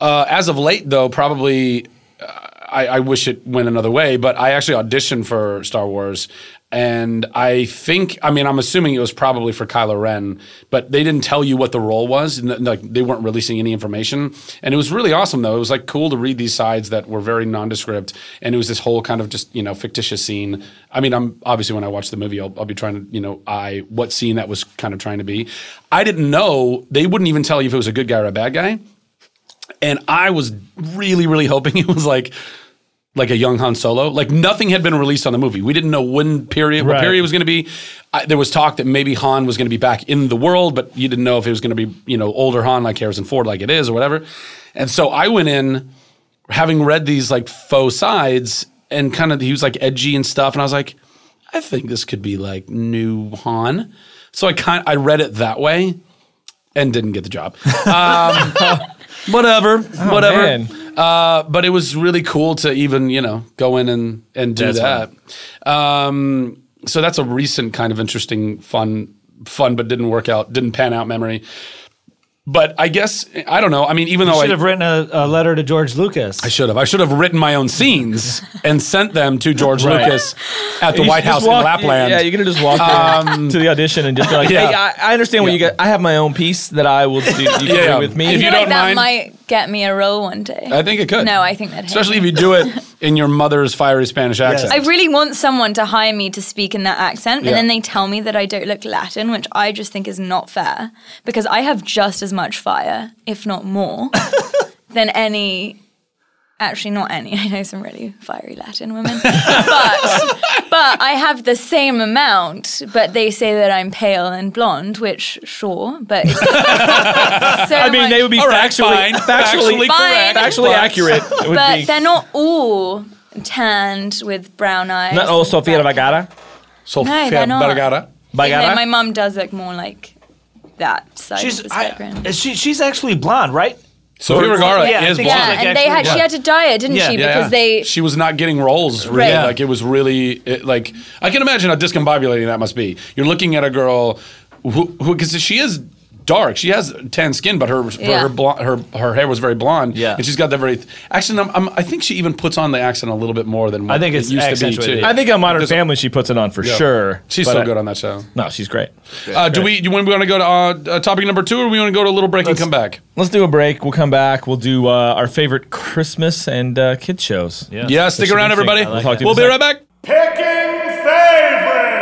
[SPEAKER 4] uh, as of late, though, probably uh, I, I wish it went another way. But I actually auditioned for Star Wars, and I think I mean I'm assuming it was probably for Kylo Ren, but they didn't tell you what the role was. and, Like they weren't releasing any information, and it was really awesome though. It was like cool to read these sides that were very nondescript, and it was this whole kind of just you know fictitious scene. I mean, I'm obviously when I watch the movie, I'll, I'll be trying to you know eye what scene that was kind of trying to be. I didn't know they wouldn't even tell you if it was a good guy or a bad guy and I was really, really hoping (laughs) it was like like a young Han Solo. Like nothing had been released on the movie. We didn't know when period what
[SPEAKER 7] Right.
[SPEAKER 4] period it was going to be. I, there was talk that maybe Han was going to be back in the world, but you didn't know if it was going to be you know older Han like Harrison Ford, like it is or whatever. And so I went in having read these like faux sides and kind of he was like edgy and stuff, and I was like, I think this could be like new Han. So I kind I read it that way and didn't get the job. Um, (laughs) whatever, whatever.
[SPEAKER 7] Oh, man.
[SPEAKER 4] Uh, but it was really cool to even you know go in and and do
[SPEAKER 7] That's
[SPEAKER 4] that. Um, so that's a recent kind of interesting, fun, fun, but didn't work out, didn't pan out memory. But I guess I don't know. I mean,
[SPEAKER 7] Oh,
[SPEAKER 4] even though
[SPEAKER 5] Should
[SPEAKER 4] I
[SPEAKER 5] have written a, a letter to George Lucas.
[SPEAKER 4] I should have. I should have written my own
[SPEAKER 7] (laughs)
[SPEAKER 4] scenes and sent them to George
[SPEAKER 7] Right.
[SPEAKER 4] Lucas at the
[SPEAKER 7] You
[SPEAKER 4] White
[SPEAKER 7] should just
[SPEAKER 4] House in
[SPEAKER 7] walk-
[SPEAKER 4] Lapland. Um,
[SPEAKER 7] Yeah, you could have just walked in to the audition and just be
[SPEAKER 4] (laughs)
[SPEAKER 7] like,
[SPEAKER 4] Yeah.
[SPEAKER 7] "Hey, I, I understand what you got. I have my own piece that I will do. You can do
[SPEAKER 4] (laughs) Yeah.
[SPEAKER 7] with
[SPEAKER 4] If
[SPEAKER 7] me."
[SPEAKER 6] I
[SPEAKER 4] you
[SPEAKER 6] feel
[SPEAKER 4] don't
[SPEAKER 6] like that
[SPEAKER 4] mind-
[SPEAKER 6] might get me a role one day.
[SPEAKER 4] I think it could.
[SPEAKER 6] No, I think that
[SPEAKER 4] (laughs) especially if you do it in your mother's fiery Spanish accent.
[SPEAKER 6] I really want someone to hire me to speak in that accent, and
[SPEAKER 4] Yeah.
[SPEAKER 6] then they tell me that I don't look Latin, which I just think is not fair because I have just as much fire, if not
[SPEAKER 7] (laughs)
[SPEAKER 6] more, than any. Actually, not any. (laughs) I know some really fiery Latin women, but but I have the same amount. But they say that I'm pale and blonde, which sure, but
[SPEAKER 7] (laughs) I mean, they would be
[SPEAKER 4] All right,
[SPEAKER 7] factually,
[SPEAKER 4] fine.
[SPEAKER 7] (laughs) factually,
[SPEAKER 4] Factually
[SPEAKER 6] Fine. correct,
[SPEAKER 7] factually
[SPEAKER 6] but-
[SPEAKER 7] accurate. It
[SPEAKER 6] (laughs)
[SPEAKER 7] would
[SPEAKER 6] but
[SPEAKER 7] be.
[SPEAKER 6] they're not all tanned with brown eyes.
[SPEAKER 7] Not all Sofia Vergara.
[SPEAKER 4] Sofia
[SPEAKER 6] they're not.
[SPEAKER 4] Vergara.
[SPEAKER 6] Even though my
[SPEAKER 7] Vergara.
[SPEAKER 6] mum does look more like that side
[SPEAKER 1] She's
[SPEAKER 6] of the
[SPEAKER 1] I,
[SPEAKER 6] spectrum.
[SPEAKER 1] is she, she's actually blonde, right?
[SPEAKER 4] Sofia Vergara
[SPEAKER 1] Yeah, I
[SPEAKER 4] is
[SPEAKER 1] think
[SPEAKER 4] blonde.
[SPEAKER 1] she's
[SPEAKER 6] yeah,
[SPEAKER 1] like
[SPEAKER 6] and they had
[SPEAKER 1] actually-
[SPEAKER 6] she had to diet, didn't
[SPEAKER 1] Yeah.
[SPEAKER 6] she?
[SPEAKER 1] Yeah,
[SPEAKER 6] Because they
[SPEAKER 4] she was not getting roles really
[SPEAKER 6] Right. Yeah.
[SPEAKER 4] like it was really it, like i can imagine how discombobulating that must be you're looking at a girl who because she is dark she has tan skin but her
[SPEAKER 6] Yeah.
[SPEAKER 4] her, blonde, her her hair was very blonde
[SPEAKER 1] Yeah.
[SPEAKER 4] and she's got that very actually I'm, I'm, i think she even puts on the accent a little bit more than what
[SPEAKER 1] I think it's
[SPEAKER 4] it used to be
[SPEAKER 1] accentuated.
[SPEAKER 4] too
[SPEAKER 7] I think on Modern Family she puts it on for
[SPEAKER 4] Yeah.
[SPEAKER 7] sure.
[SPEAKER 4] she's
[SPEAKER 7] but
[SPEAKER 4] so
[SPEAKER 7] I-
[SPEAKER 4] good on that show
[SPEAKER 7] No, she's great.
[SPEAKER 4] uh, do we you want we want to go to uh, uh, topic number two or we want to go to a little break and come back
[SPEAKER 7] Let's do a break. We'll come back. We'll do uh, our favorite Christmas and uh, kid shows.
[SPEAKER 4] yeah, stick
[SPEAKER 7] should
[SPEAKER 4] around
[SPEAKER 7] be
[SPEAKER 4] everybody
[SPEAKER 7] sick. I like that.
[SPEAKER 4] we'll be
[SPEAKER 7] Talk to you
[SPEAKER 4] right back
[SPEAKER 3] Picking favorites.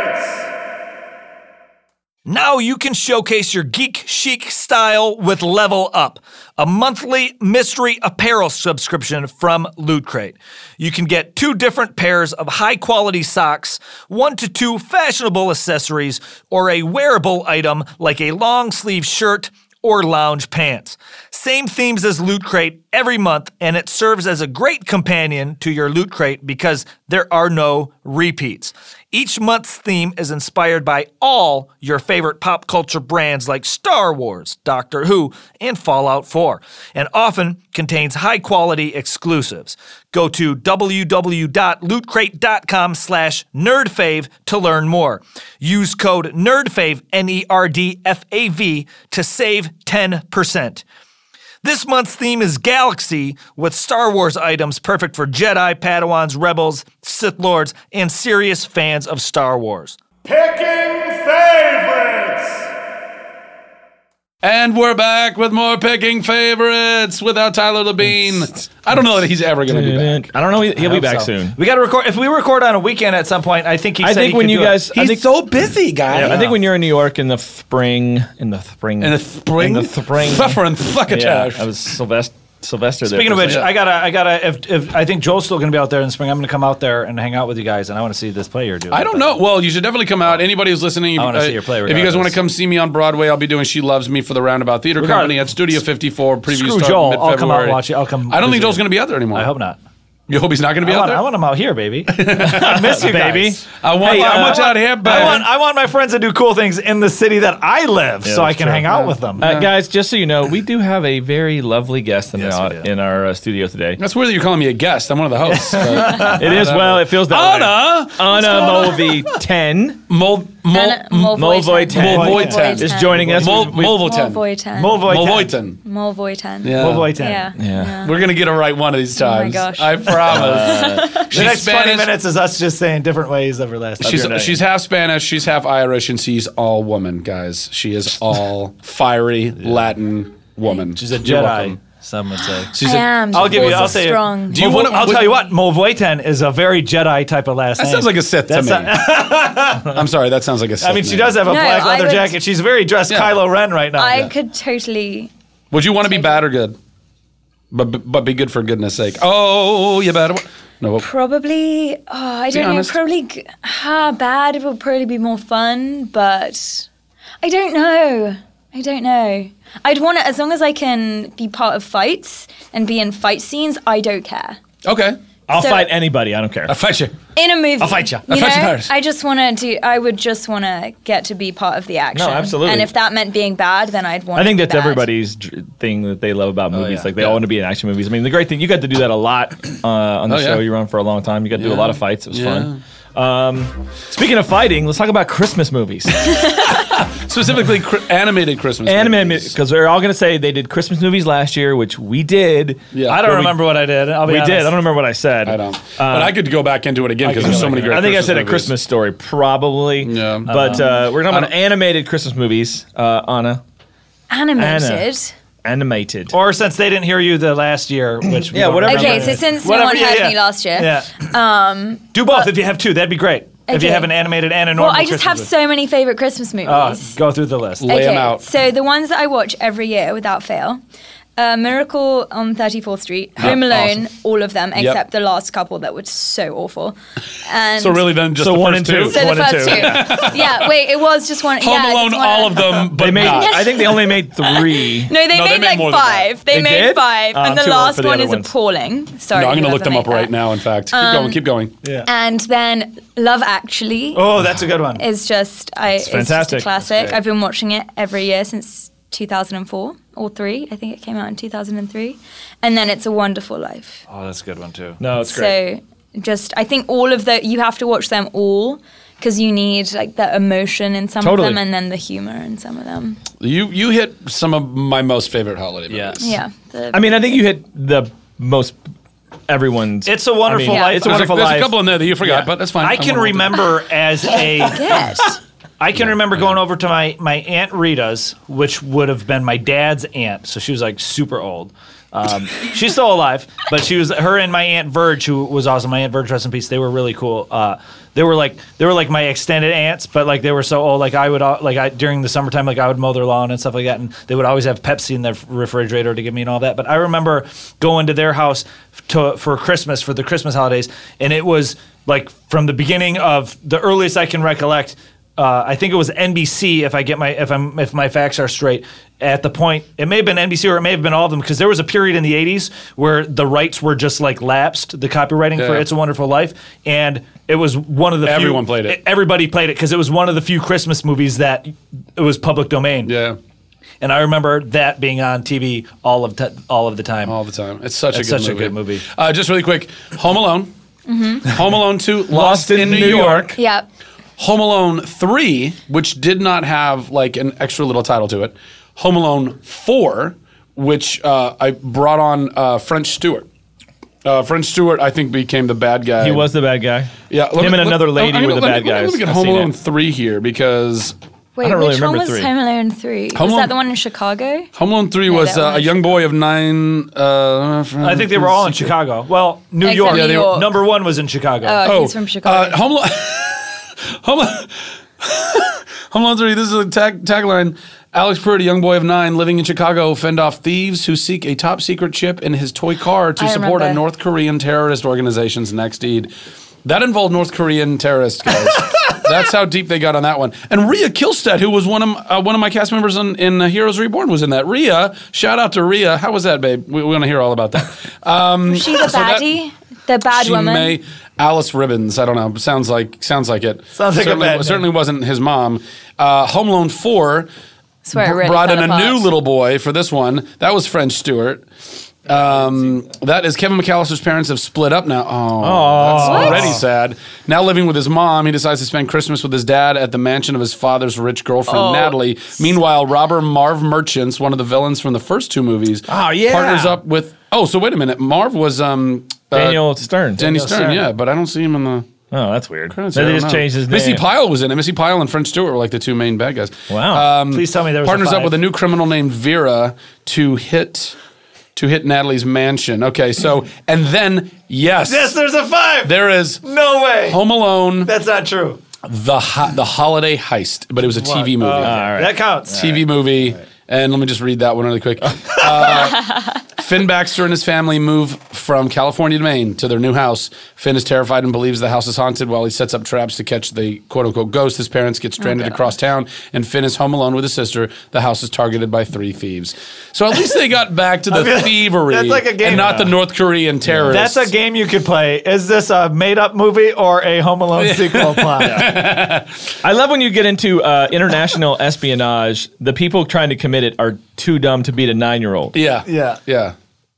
[SPEAKER 5] Now you can showcase your geek chic style with Level Up, a monthly mystery apparel subscription from Loot Crate. You can get two different pairs of high quality socks, one to two fashionable accessories, or a wearable item like a long sleeve shirt or lounge pants. Same themes as Loot Crate every month, and it serves as a great companion to your Loot Crate because there are no repeats. Each month's theme is inspired by all your favorite pop culture brands like Star Wars, Doctor Who, and Fallout 4, and often contains high quality exclusives. Go to www.lootcrate.com slash nerdfave to learn more. Use code nerdfave, E N-E-R-D-F-A-V, to save 10%. This month's theme is Galaxy, with Star Wars items perfect for Jedi, Padawans, Rebels, Sith Lords, and serious fans of Star Wars.
[SPEAKER 3] Picking favorites.
[SPEAKER 4] And we're back with more picking favorites without Tyler Labine. I don't know that he's ever going to be back.
[SPEAKER 7] I don't know. He'll be back
[SPEAKER 1] So,
[SPEAKER 7] soon.
[SPEAKER 1] We got to record. If we record on a weekend at some point, I think he.
[SPEAKER 7] I
[SPEAKER 1] said
[SPEAKER 7] think
[SPEAKER 1] he
[SPEAKER 7] when
[SPEAKER 1] could
[SPEAKER 7] you
[SPEAKER 1] do it.
[SPEAKER 7] guys, I think,
[SPEAKER 8] so busy, guy.
[SPEAKER 7] I think when you're in New York in the spring, in the spring,
[SPEAKER 4] In the spring,
[SPEAKER 7] in the
[SPEAKER 4] (laughs)
[SPEAKER 7] spring,
[SPEAKER 4] Suffer and fuck a
[SPEAKER 7] yeah,
[SPEAKER 4] tash.
[SPEAKER 7] I was Sylvester. Sylvester. there
[SPEAKER 1] Speaking of
[SPEAKER 7] for a
[SPEAKER 1] which,
[SPEAKER 7] second.
[SPEAKER 1] I gotta, I gotta. If, if I think Joel's still gonna be out there in the spring, I'm gonna come out there and hang out with you guys, and I want to see this player do.
[SPEAKER 4] I don't know. Well, you should definitely come out. Anybody who's listening, if,
[SPEAKER 1] wanna see your play
[SPEAKER 4] if you guys
[SPEAKER 1] regardless.
[SPEAKER 4] want to come see me on Broadway, I'll be doing "She Loves Me" for the Roundabout Theater
[SPEAKER 1] Regardless.
[SPEAKER 4] Company at Studio 54. Preview
[SPEAKER 1] Screw
[SPEAKER 4] start
[SPEAKER 1] Joel. I'll
[SPEAKER 4] mid-February.
[SPEAKER 1] come out and watch it. I'll come
[SPEAKER 4] I don't
[SPEAKER 1] visit
[SPEAKER 4] think Joel's
[SPEAKER 1] you.
[SPEAKER 4] going to be out there anymore.
[SPEAKER 1] I hope not.
[SPEAKER 4] You hope he's not going to be
[SPEAKER 1] I
[SPEAKER 4] out
[SPEAKER 1] want,
[SPEAKER 4] there.
[SPEAKER 1] I want him out here, baby. I miss you,
[SPEAKER 7] Baby.
[SPEAKER 1] guys.
[SPEAKER 4] I want, I want you out here, baby.
[SPEAKER 1] I want, I want my friends to do cool things in the city that I live, so I
[SPEAKER 7] that's
[SPEAKER 1] can
[SPEAKER 7] true.
[SPEAKER 1] hang out with them.
[SPEAKER 7] Uh, guys, just so you know, we do have a very lovely guest in,
[SPEAKER 1] Yes,
[SPEAKER 7] our,
[SPEAKER 1] we do.
[SPEAKER 7] in our uh, studio today.
[SPEAKER 4] That's weird that you're calling me a guest. I'm one of the
[SPEAKER 1] (laughs)
[SPEAKER 4] hosts. but-
[SPEAKER 7] It is well. It feels that
[SPEAKER 4] Anna,
[SPEAKER 7] way. Anna Mulvey ten
[SPEAKER 4] Mol, Mol,
[SPEAKER 6] Anna Mulvoy
[SPEAKER 7] Mulvoy-ten.
[SPEAKER 6] Tan.
[SPEAKER 4] Mulvoy-ten.
[SPEAKER 7] is joining us.
[SPEAKER 4] Mol,
[SPEAKER 7] We- we-
[SPEAKER 4] Molvoten.
[SPEAKER 6] Mulvoy-ten.
[SPEAKER 4] Molvoyten.
[SPEAKER 6] Mulvoy-ten.
[SPEAKER 4] Yeah.
[SPEAKER 1] Mulvoy-ten.
[SPEAKER 6] Yeah.
[SPEAKER 7] Yeah.
[SPEAKER 4] We're gonna get it right one of
[SPEAKER 6] (laughs)
[SPEAKER 4] these
[SPEAKER 6] Oh my
[SPEAKER 4] times.
[SPEAKER 6] gosh.
[SPEAKER 4] I promise. she's
[SPEAKER 1] Uh, the next
[SPEAKER 4] Spanish.
[SPEAKER 1] 20 minutes is us just saying different ways of her last.
[SPEAKER 4] She's,
[SPEAKER 1] of your name.
[SPEAKER 4] she's half Spanish, she's half Irish, and she's all woman, guys. She is
[SPEAKER 1] (laughs)
[SPEAKER 4] all fiery Latin woman.
[SPEAKER 1] she's a
[SPEAKER 4] You're welcome.
[SPEAKER 1] Jedi. Some would say.
[SPEAKER 4] She's
[SPEAKER 6] I
[SPEAKER 4] a-
[SPEAKER 6] am.
[SPEAKER 1] I'll give you.
[SPEAKER 6] She's
[SPEAKER 1] I'll
[SPEAKER 6] so
[SPEAKER 1] say.
[SPEAKER 6] strong.
[SPEAKER 4] Do you
[SPEAKER 1] Mulvo-
[SPEAKER 4] wanna-
[SPEAKER 1] I'll
[SPEAKER 4] would-
[SPEAKER 1] tell you what. Mulvoyten is a very Jedi type of last
[SPEAKER 4] That
[SPEAKER 1] name.
[SPEAKER 4] sounds like a Sith
[SPEAKER 1] That's
[SPEAKER 4] to
[SPEAKER 1] not-
[SPEAKER 4] me.
[SPEAKER 1] (laughs)
[SPEAKER 4] I'm sorry, that sounds like a Sith.
[SPEAKER 1] I mean, she
[SPEAKER 4] name.
[SPEAKER 1] does have a
[SPEAKER 6] No,
[SPEAKER 1] black
[SPEAKER 6] I
[SPEAKER 1] leather
[SPEAKER 6] would-
[SPEAKER 1] jacket. She's very dressed
[SPEAKER 4] Yeah.
[SPEAKER 1] Kylo Ren right now.
[SPEAKER 6] I could totally.
[SPEAKER 4] Would you want to be bad or good? But but be good for goodness sake. Oh, you better. No,
[SPEAKER 6] Probably, oh, I don't
[SPEAKER 4] honest.
[SPEAKER 6] know. Probably, g- ah, bad. It would probably be more fun, but I don't know. I don't know. I'd want to, as long as I can be part of fights and be in fight scenes. I don't care.
[SPEAKER 4] okay.
[SPEAKER 7] I'll
[SPEAKER 6] So-
[SPEAKER 7] fight anybody. I don't care.
[SPEAKER 4] I fight you.
[SPEAKER 6] In a movie, I'll
[SPEAKER 4] fight ya. I'll
[SPEAKER 6] You know,
[SPEAKER 4] fight you, Paris.
[SPEAKER 6] I just want to do. I would just want to get to be part of the action.
[SPEAKER 7] absolutely.
[SPEAKER 6] And if that meant being bad, then I'd want.
[SPEAKER 7] I think
[SPEAKER 6] to be
[SPEAKER 7] that's
[SPEAKER 6] bad.
[SPEAKER 7] everybody's dr- thing that they love about movies.
[SPEAKER 4] Oh, yeah.
[SPEAKER 7] Like they
[SPEAKER 4] Yeah.
[SPEAKER 7] all want to be in action movies. I mean, the great thing you got to do that a lot uh, on the
[SPEAKER 4] Oh, yeah.
[SPEAKER 7] show. You were on for a long time. You got to do a
[SPEAKER 4] Yeah.
[SPEAKER 7] lot of fights. It was
[SPEAKER 4] Yeah.
[SPEAKER 7] fun. Um, speaking of fighting, let's talk about
[SPEAKER 4] (laughs)
[SPEAKER 7] Christmas movies.
[SPEAKER 4] Specifically, cr- animated Christmas.
[SPEAKER 7] Anime
[SPEAKER 4] movies.
[SPEAKER 7] because they're all going to say they did Christmas movies last year, which we did.
[SPEAKER 4] Yeah.
[SPEAKER 1] I
[SPEAKER 4] Where
[SPEAKER 1] don't
[SPEAKER 4] we-
[SPEAKER 1] remember what I did. I'll be
[SPEAKER 7] We did. I
[SPEAKER 1] honest.
[SPEAKER 7] don't remember what I said.
[SPEAKER 4] I don't. but I could go back into it again because there's so many great.
[SPEAKER 7] I think I said
[SPEAKER 4] movies.
[SPEAKER 7] a Christmas story, probably.
[SPEAKER 4] Yeah.
[SPEAKER 7] Um, But uh, we're talking about animated Christmas movies, uh, Anna.
[SPEAKER 6] animated.
[SPEAKER 7] animated.
[SPEAKER 5] Or since they didn't hear you the last year, which we
[SPEAKER 7] Yeah,
[SPEAKER 5] don't
[SPEAKER 7] whatever.
[SPEAKER 5] remember.
[SPEAKER 7] Remember
[SPEAKER 6] Okay, so
[SPEAKER 7] it.
[SPEAKER 6] since
[SPEAKER 5] Whatever,
[SPEAKER 6] no one
[SPEAKER 5] yeah,
[SPEAKER 6] had
[SPEAKER 5] yeah.
[SPEAKER 6] me last year, Um,
[SPEAKER 5] Yeah. Do both if you have two. That'd be great. If you
[SPEAKER 6] okay.
[SPEAKER 5] have an animated and a
[SPEAKER 6] well,
[SPEAKER 5] normal.
[SPEAKER 6] I just have
[SPEAKER 5] Christmas
[SPEAKER 6] so many favorite Christmas movies.
[SPEAKER 5] movie. Uh, go through the list.
[SPEAKER 4] Lay 'em out.
[SPEAKER 6] So the ones that I watch every year without fail. Uh, Miracle on 34th
[SPEAKER 4] Ah,
[SPEAKER 6] Street, Home Alone, all of them except the last couple that were so awful. And
[SPEAKER 4] So really, then just
[SPEAKER 5] So
[SPEAKER 4] the
[SPEAKER 5] one
[SPEAKER 4] first
[SPEAKER 5] and two.
[SPEAKER 4] two.
[SPEAKER 6] so
[SPEAKER 5] one
[SPEAKER 6] the
[SPEAKER 5] and
[SPEAKER 6] first
[SPEAKER 5] two.
[SPEAKER 6] two.
[SPEAKER 4] (laughs)
[SPEAKER 6] yeah, wait, it was just one.
[SPEAKER 4] Home
[SPEAKER 6] yeah,
[SPEAKER 4] Alone,
[SPEAKER 6] just one
[SPEAKER 4] all of them, but
[SPEAKER 7] they made.
[SPEAKER 4] not.
[SPEAKER 7] I think they only
[SPEAKER 4] (laughs)
[SPEAKER 7] made three.
[SPEAKER 6] No, they
[SPEAKER 4] No, they
[SPEAKER 6] made
[SPEAKER 4] made more
[SPEAKER 6] like
[SPEAKER 4] than that.
[SPEAKER 6] five. They,
[SPEAKER 7] They
[SPEAKER 6] made
[SPEAKER 7] did?
[SPEAKER 6] five,
[SPEAKER 7] Uh,
[SPEAKER 4] Ah,
[SPEAKER 7] I'm
[SPEAKER 6] and the
[SPEAKER 7] too old
[SPEAKER 6] last
[SPEAKER 7] for the
[SPEAKER 6] one
[SPEAKER 7] other
[SPEAKER 6] is
[SPEAKER 7] ones.
[SPEAKER 6] appalling. Sorry,
[SPEAKER 4] no, I'm going to
[SPEAKER 6] whoever
[SPEAKER 4] look them
[SPEAKER 6] made
[SPEAKER 4] up right
[SPEAKER 6] that.
[SPEAKER 4] now. In fact, keep going, keep going.
[SPEAKER 6] And then Love Actually
[SPEAKER 5] Oh, that's a good one.
[SPEAKER 6] is just I it's,
[SPEAKER 7] fantastic.
[SPEAKER 6] just a classic. I've been watching it every year since 2004 or 3. I think it came out in 2003. And then It's a Wonderful Life.
[SPEAKER 5] Oh, that's a good one too.
[SPEAKER 7] No, it's great.
[SPEAKER 6] So just I think all of the you have to watch them all cuz you need like the emotion in some
[SPEAKER 7] Totally.
[SPEAKER 6] of them and then the humor in some of them.
[SPEAKER 4] You you hit some of my most favorite holiday movies.
[SPEAKER 6] Yeah. The,
[SPEAKER 7] I mean, I think you hit the most everyone's.
[SPEAKER 5] It's a Wonderful Life.
[SPEAKER 7] It's a
[SPEAKER 4] There's, a,
[SPEAKER 7] wonderful
[SPEAKER 4] there's a
[SPEAKER 7] life.
[SPEAKER 4] couple in there that you forgot, but that's fine.
[SPEAKER 5] I
[SPEAKER 4] I'm
[SPEAKER 5] can
[SPEAKER 4] all right.
[SPEAKER 5] remember
[SPEAKER 4] (laughs)
[SPEAKER 5] as a
[SPEAKER 6] yes.
[SPEAKER 5] I can remember going over to my my aunt Rita's, which would have been my dad's aunt. So she was like super old. Um, (laughs) she's still alive, but she was her and my aunt Verge, who was awesome. My aunt Verge, rest in peace. They were really cool. Uh, they were like they were like my extended aunts, but like they were so old. Like I would al- like I during the summertime, like I would mow their lawn and stuff like that, and they would always have Pepsi in their refrigerator to give me and all that. But I remember going to their house to, for Christmas for the Christmas holidays, and it was like from the beginning of the earliest I can recollect uh, I think it was NBC. If I get my if I'm if my facts are straight, at the point it may have been NBC or it may have been all of them because there was a period in the '80s where the rights were just like lapsed, the copywriting for
[SPEAKER 4] Yeah.
[SPEAKER 5] "It's a Wonderful Life," and it was one of the few- E,
[SPEAKER 4] Everyone played it.
[SPEAKER 5] Everybody played it because it was one of the few Christmas movies that it was public domain.
[SPEAKER 4] Yeah,
[SPEAKER 5] and I remember that being on TV all of t- all of the time.
[SPEAKER 4] all the time. It's such
[SPEAKER 5] That's
[SPEAKER 4] a good
[SPEAKER 5] such a
[SPEAKER 4] movie.
[SPEAKER 5] good movie.
[SPEAKER 4] Uh, just really quick, Home Alone.
[SPEAKER 6] Mm-hmm.
[SPEAKER 4] Home Alone 2, Lost, in, New, York.
[SPEAKER 6] yeah.
[SPEAKER 4] Home Alone 3, which did not have like an extra little title to it. Home Alone 4, which uh, I brought on uh, French Stewart. Uh, French Stewart, I think, became the bad guy.
[SPEAKER 7] He was the bad guy.
[SPEAKER 4] Yeah, let
[SPEAKER 7] him
[SPEAKER 4] me-
[SPEAKER 7] and
[SPEAKER 4] let-
[SPEAKER 7] another
[SPEAKER 4] I'm
[SPEAKER 7] lady
[SPEAKER 4] gonna-
[SPEAKER 7] were the
[SPEAKER 4] let me-
[SPEAKER 7] bad guys.
[SPEAKER 4] Let me look at
[SPEAKER 7] I've
[SPEAKER 4] Home
[SPEAKER 7] seen
[SPEAKER 4] Alone
[SPEAKER 7] it.
[SPEAKER 4] three here because
[SPEAKER 6] Wait,
[SPEAKER 7] don't really
[SPEAKER 6] which one
[SPEAKER 7] remember
[SPEAKER 6] was
[SPEAKER 7] three.
[SPEAKER 6] Home Alone 3?
[SPEAKER 4] Home
[SPEAKER 6] was
[SPEAKER 4] Alone-
[SPEAKER 6] that the one in Chicago?
[SPEAKER 4] Home Alone three
[SPEAKER 6] Yeah,
[SPEAKER 4] was
[SPEAKER 6] that
[SPEAKER 4] uh,
[SPEAKER 6] one
[SPEAKER 4] a
[SPEAKER 6] was-
[SPEAKER 4] young boy of nine. Uh,
[SPEAKER 5] I think they were all in Chicago. Well, New
[SPEAKER 6] Except
[SPEAKER 5] York.
[SPEAKER 6] New Yeah, they were- York.
[SPEAKER 5] Number one was in Chicago.
[SPEAKER 6] Oh, he's from Chicago.
[SPEAKER 4] Uh, Home Alone. (laughs) Home Alone. (laughs) Home Alone 3, this is a tag, tagline. Alex Pruitt, a young boy of nine living in Chicago, fend off thieves who seek a top secret chip in his toy car to
[SPEAKER 6] I
[SPEAKER 4] support a
[SPEAKER 6] remember.
[SPEAKER 4] North Korean terrorist organization's next deed. That involved North Korean terrorists,
[SPEAKER 6] (laughs)
[SPEAKER 4] guys. That's how deep they got on that one. And Rhea Kilstead, who was one of uh, one of my cast members in, in uh, Heroes Reborn, was in that. Rhea, shout out to Rhea. How was that, babe? We, we want to hear all about that.
[SPEAKER 6] was she the
[SPEAKER 4] that-
[SPEAKER 6] baddie? the bad
[SPEAKER 4] she
[SPEAKER 6] woman?
[SPEAKER 4] may Alice Ribbons. I don't know. Sounds like sounds like it.
[SPEAKER 5] Sounds like a
[SPEAKER 4] certainly,
[SPEAKER 5] bad name.
[SPEAKER 4] certainly wasn't his mom. Uh, Home Alone Four
[SPEAKER 6] Swear, it
[SPEAKER 4] br-
[SPEAKER 6] really
[SPEAKER 4] brought in
[SPEAKER 6] fell
[SPEAKER 4] a new
[SPEAKER 6] apart.
[SPEAKER 4] little boy for this one. That was French Stewart. Um, that is Kevin McAllister's parents have split up now. Oh,
[SPEAKER 6] What?
[SPEAKER 4] that's already sad. Now living with his mom, he decides to spend Christmas with his dad at the mansion of his father's rich girlfriend,
[SPEAKER 6] Oh.
[SPEAKER 4] Natalie. Meanwhile, robber Marv Merchants, one of the villains from the first two movies,
[SPEAKER 7] Oh, yeah.
[SPEAKER 4] partners up with. Oh, so wait a minute. Marv was um, uh,
[SPEAKER 7] Daniel Stern.
[SPEAKER 4] Danny Stern, yeah, but I don't see him in the.
[SPEAKER 7] Oh, that's weird.
[SPEAKER 4] credits. I
[SPEAKER 7] they
[SPEAKER 4] don't
[SPEAKER 7] just
[SPEAKER 4] know.
[SPEAKER 7] changed his name.
[SPEAKER 4] Missy Pyle was in it. Missy Pyle and French Stewart were like the two main bad guys.
[SPEAKER 7] Wow.
[SPEAKER 4] Um,
[SPEAKER 5] Please tell me there was a
[SPEAKER 4] partners up
[SPEAKER 5] five.
[SPEAKER 4] with a new criminal named Vera to hit to hit Natalie's mansion. Okay, so and then yes,
[SPEAKER 5] yes, there's a five.
[SPEAKER 4] there is
[SPEAKER 5] no way.
[SPEAKER 4] Home Alone,
[SPEAKER 5] (laughs) That's not true.
[SPEAKER 4] the ho- the holiday heist, but it was a TV movie.
[SPEAKER 5] That counts.
[SPEAKER 4] TV movie. And let me just read that one really quick. Uh,
[SPEAKER 7] (laughs)
[SPEAKER 4] Finn Baxter and his family move from California to Maine to their new house. Finn is terrified and believes the house is haunted while he sets up traps to catch the quote unquote ghost. His parents get stranded across town, and Finn is home alone with his sister. The house is targeted by three thieves. So at least they got back to
[SPEAKER 7] (laughs)
[SPEAKER 4] the
[SPEAKER 5] mean,
[SPEAKER 4] thievery
[SPEAKER 5] that's like a game
[SPEAKER 4] and not the North Korean terrorists.
[SPEAKER 5] That's a game you could play. Is this a made-up movie or a
[SPEAKER 4] (laughs)
[SPEAKER 5] Home Alone sequel plot?
[SPEAKER 7] I love when you get into uh, international (laughs) espionage. The people trying to commit it are too dumb to beat a nine-year-old.
[SPEAKER 4] Yeah.
[SPEAKER 5] Yeah.
[SPEAKER 4] Yeah.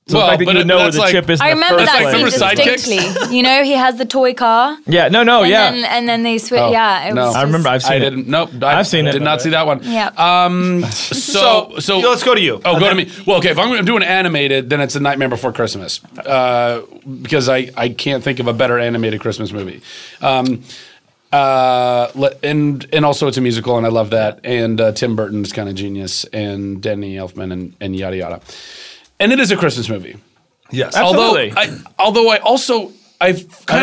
[SPEAKER 7] So the fact that you
[SPEAKER 4] it-
[SPEAKER 7] know where
[SPEAKER 4] that's
[SPEAKER 7] the
[SPEAKER 4] like-
[SPEAKER 7] chip is. in
[SPEAKER 6] I
[SPEAKER 7] the
[SPEAKER 6] remember
[SPEAKER 7] first
[SPEAKER 6] that
[SPEAKER 4] like
[SPEAKER 7] place.
[SPEAKER 6] scene
[SPEAKER 4] Remember Sidekicks?
[SPEAKER 6] distinctly. You know, he has the toy car.
[SPEAKER 7] Yeah. No. No.
[SPEAKER 6] And
[SPEAKER 7] Yeah.
[SPEAKER 6] Then, and then they switch.
[SPEAKER 4] Oh,
[SPEAKER 6] yeah, it
[SPEAKER 4] no.
[SPEAKER 6] was
[SPEAKER 4] I
[SPEAKER 7] I remember. I've seen
[SPEAKER 4] I
[SPEAKER 7] it.
[SPEAKER 4] didn't. Nope. I
[SPEAKER 7] I've seen it.
[SPEAKER 4] Did not see that one.
[SPEAKER 6] Yeah.
[SPEAKER 4] Um. So so,
[SPEAKER 5] So let's go to you.
[SPEAKER 4] Oh, go to me. Well, okay. If I'm, I'm doing animated, then it's a Nightmare Before Christmas uh, because I I can't think of a better animated Christmas movie. Um, Uh, le- and and also it's a musical, and I love that. And uh, Tim Burton's kind of genius, and Danny Elfman, and, and yada yada. And it is a Christmas movie.
[SPEAKER 5] Yes.
[SPEAKER 4] Although
[SPEAKER 7] Absolutely.
[SPEAKER 4] I, although I also I kind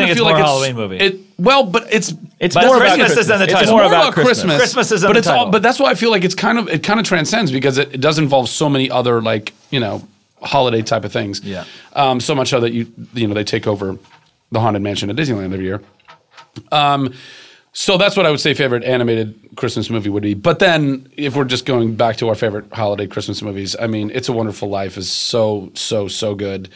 [SPEAKER 5] it's
[SPEAKER 4] of feel
[SPEAKER 5] more
[SPEAKER 4] like
[SPEAKER 5] a
[SPEAKER 4] it's
[SPEAKER 5] Halloween movie.
[SPEAKER 4] It, well, but it's
[SPEAKER 7] It's
[SPEAKER 4] more
[SPEAKER 7] more
[SPEAKER 4] about
[SPEAKER 7] Christmas is in the
[SPEAKER 4] It's
[SPEAKER 7] title.
[SPEAKER 4] more
[SPEAKER 7] It's
[SPEAKER 4] about Christmas.
[SPEAKER 5] Christmas is in
[SPEAKER 4] but
[SPEAKER 5] the
[SPEAKER 4] it's all-
[SPEAKER 5] title.
[SPEAKER 4] but that's why I feel like it's kind of it kind of transcends because it, it does involve so many other like you know holiday type of things.
[SPEAKER 5] Yeah.
[SPEAKER 4] Um, so much so that you you know they take over the haunted mansion at Disneyland every year. Um, so that's what I would say favorite animated Christmas movie would be. But then if we're just going back to our favorite holiday Christmas movies, I mean, It's a Wonderful Life is so so so good.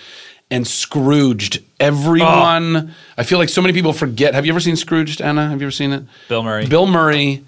[SPEAKER 4] And Scrooged, everyone. I feel like so many people forget. Have you ever seen Scrooged, Anna? Have you ever seen it?
[SPEAKER 5] Bill Murray.
[SPEAKER 4] Bill Murray.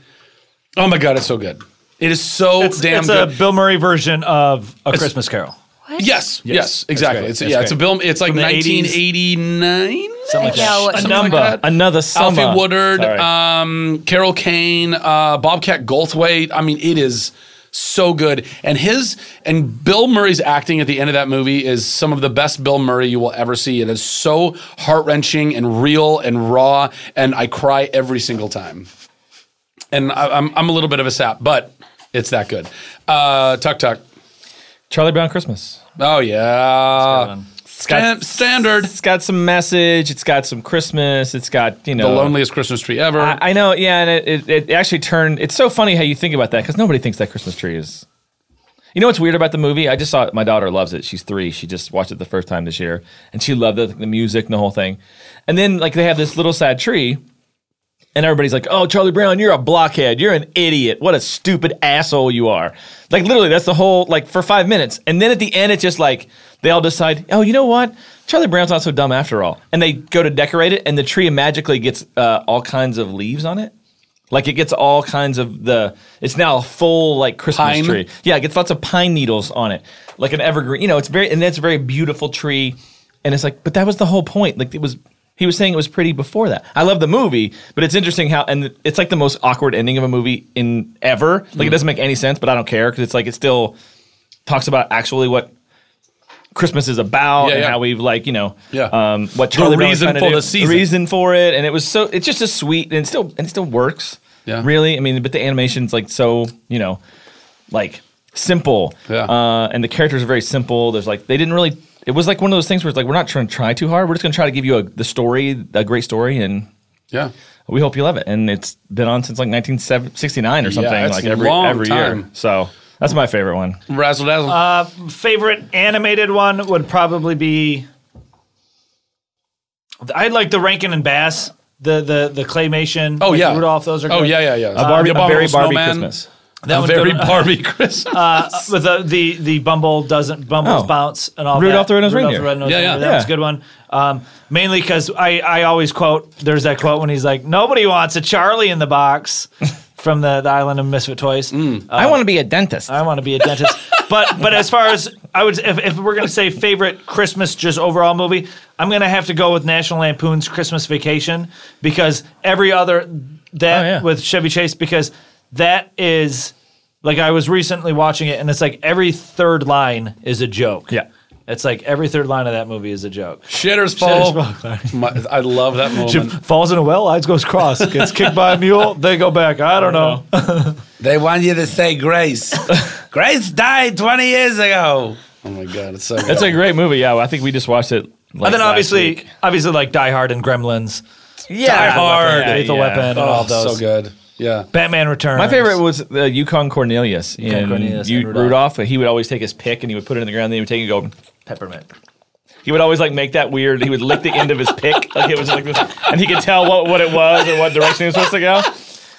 [SPEAKER 4] Oh my God, it's so good. It is so
[SPEAKER 5] it's,
[SPEAKER 4] damn
[SPEAKER 5] it's
[SPEAKER 4] good.
[SPEAKER 5] a Bill Murray version of A Christmas Carol.
[SPEAKER 4] yes, yes, exactly.
[SPEAKER 7] great.
[SPEAKER 4] It's
[SPEAKER 7] That's
[SPEAKER 4] yeah, it's a
[SPEAKER 7] great.
[SPEAKER 4] Bill. It's like
[SPEAKER 5] the 80s.
[SPEAKER 4] 1989.
[SPEAKER 6] I know what
[SPEAKER 5] A
[SPEAKER 6] you
[SPEAKER 5] number.
[SPEAKER 4] that.
[SPEAKER 7] Another summer.
[SPEAKER 4] Alfie Woodard,
[SPEAKER 7] Sorry.
[SPEAKER 4] um, Carol Kane, uh, Bobcat Goldthwait. I mean, it is so good. And his and Bill Murray's acting at the end of that movie is some of the best Bill Murray you will ever see. It is so heart wrenching and real and raw, and I cry every single time. And I, I'm I'm a little bit of a sap, but it's that good. Uh, tuck tuck.
[SPEAKER 7] Charlie Brown Christmas.
[SPEAKER 4] Oh yeah.
[SPEAKER 5] one.
[SPEAKER 7] um,
[SPEAKER 4] Stan- standard.
[SPEAKER 7] It's got some message. It's got some Christmas. It's got you
[SPEAKER 4] The
[SPEAKER 7] know
[SPEAKER 4] loneliest Christmas tree ever.
[SPEAKER 7] I, I know, yeah, and it, it, it actually turned. It's so funny how you think about that because nobody thinks that Christmas tree is. You know what's weird about the movie? I just saw it. My daughter loves it. She's three. She just watched it the first time this year, and she loved it, the music and the whole thing. And then like they have this little sad tree, and everybody's like, "Oh, Charlie Brown, you're a blockhead. You're an idiot. What a stupid asshole you are." Like literally, that's the whole like for five minutes, and then at the end, it's just like they all decide, "Oh, you know what? Charlie Brown's not so dumb after all." And they go to decorate it, and the tree magically gets uh, all kinds of leaves on it. Like it gets all kinds of the. It's now a full like Christmas
[SPEAKER 4] Pine?
[SPEAKER 7] tree. Yeah, it gets lots of pine needles on it, like an evergreen. You know, it's very and that's a very beautiful tree. And it's like, but that was the whole point. Like it was, he was saying it was pretty before that. I love the movie, but it's interesting how and it's like the most awkward ending of a movie in ever. Like
[SPEAKER 4] Mm.
[SPEAKER 7] it doesn't make any sense, but I don't care because it's like it still talks about actually what Christmas is about
[SPEAKER 4] Yeah,
[SPEAKER 7] and
[SPEAKER 4] yeah.
[SPEAKER 7] how we've like you know
[SPEAKER 4] Yeah.
[SPEAKER 7] um, what Charlie Brown was
[SPEAKER 4] reason
[SPEAKER 7] trying to
[SPEAKER 4] for
[SPEAKER 7] do,
[SPEAKER 4] the season.
[SPEAKER 7] reason for it, and it was so it's just a sweet and it still and it still works.
[SPEAKER 4] Yeah.
[SPEAKER 7] Really, I mean, but the animation's like so you know, like simple.
[SPEAKER 4] Yeah.
[SPEAKER 7] Uh, and the characters are very simple. There's like they didn't really. It was like one of those things where it's like we're not trying to try too hard. We're just going to try to give you a the story, a great story, and
[SPEAKER 4] yeah.
[SPEAKER 7] we hope you love it. And it's been on since like 1969 or something,
[SPEAKER 4] that's
[SPEAKER 7] like every
[SPEAKER 4] long
[SPEAKER 7] every
[SPEAKER 4] time.
[SPEAKER 7] year. So that's my favorite one.
[SPEAKER 4] Razzle dazzle.
[SPEAKER 5] Favorite animated one would probably be. I like the Rankin and Bass, the the the claymation.
[SPEAKER 4] oh
[SPEAKER 5] like
[SPEAKER 4] yeah.
[SPEAKER 5] Rudolph. Those are
[SPEAKER 4] Oh
[SPEAKER 5] good.
[SPEAKER 4] yeah yeah yeah.
[SPEAKER 7] A Barbie, a
[SPEAKER 4] Abominable
[SPEAKER 7] very Barbie
[SPEAKER 4] Snowman.
[SPEAKER 7] Christmas.
[SPEAKER 4] a
[SPEAKER 5] one's
[SPEAKER 4] very
[SPEAKER 5] good.
[SPEAKER 4] (laughs) Barbie Christmas.
[SPEAKER 5] Uh, with the, the the Bumble doesn't Bumbles
[SPEAKER 7] Oh.
[SPEAKER 5] bounce and all
[SPEAKER 7] Rudolph
[SPEAKER 5] that.
[SPEAKER 7] the Red-Nosed
[SPEAKER 5] Rudolph
[SPEAKER 7] Reindeer.
[SPEAKER 5] the Red-Nosed
[SPEAKER 4] Yeah,
[SPEAKER 5] Reindeer,
[SPEAKER 4] yeah.
[SPEAKER 5] That was a good one. Um, mainly because I I always quote. There's that quote when he's like, "Nobody wants a Charlie in the box." From the, the island of misfit toys,
[SPEAKER 4] Mm.
[SPEAKER 7] I want to be a dentist.
[SPEAKER 5] I want to be a dentist. but but as far as I would, if, if we're gonna say favorite Christmas just overall movie, I'm gonna have to go with National Lampoon's Christmas Vacation because every other that
[SPEAKER 7] Oh, yeah.
[SPEAKER 5] with Chevy Chase because that is like I was recently watching it and it's like every third line is a joke.
[SPEAKER 7] Yeah.
[SPEAKER 5] It's like every third line of that movie is a joke.
[SPEAKER 4] Shitter's fall. My- I love that moment.
[SPEAKER 5] (laughs) Falls in a well, eyes goes cross, gets kicked by a mule, they go back. I don't know.
[SPEAKER 4] They want you to say (laughs) Grace. Grace died 20 years ago. Oh my God, it's so good.
[SPEAKER 7] That's a great movie. Yeah, well, I think we just watched it. Like
[SPEAKER 5] and then
[SPEAKER 7] last
[SPEAKER 5] obviously,
[SPEAKER 7] week.
[SPEAKER 5] obviously like Die Hard and Gremlins,
[SPEAKER 7] yeah,
[SPEAKER 5] Hard,
[SPEAKER 7] yeah,
[SPEAKER 5] Lethal
[SPEAKER 7] yeah.
[SPEAKER 5] Weapon, and
[SPEAKER 4] oh,
[SPEAKER 5] all those.
[SPEAKER 4] so good. Yeah.
[SPEAKER 5] Batman Returns.
[SPEAKER 7] My favorite was the Yukon Cornelius.
[SPEAKER 5] Yukon
[SPEAKER 7] in
[SPEAKER 5] Cornelius
[SPEAKER 7] U-
[SPEAKER 5] and Rudolph.
[SPEAKER 7] Rudolph. He would always take his pick and he would put it in the ground. And then he would take it and go peppermint. He would always like make that weird. He would lick the end of his pick (laughs) like it was like this, and he could tell what, what it was and what direction he was supposed to go.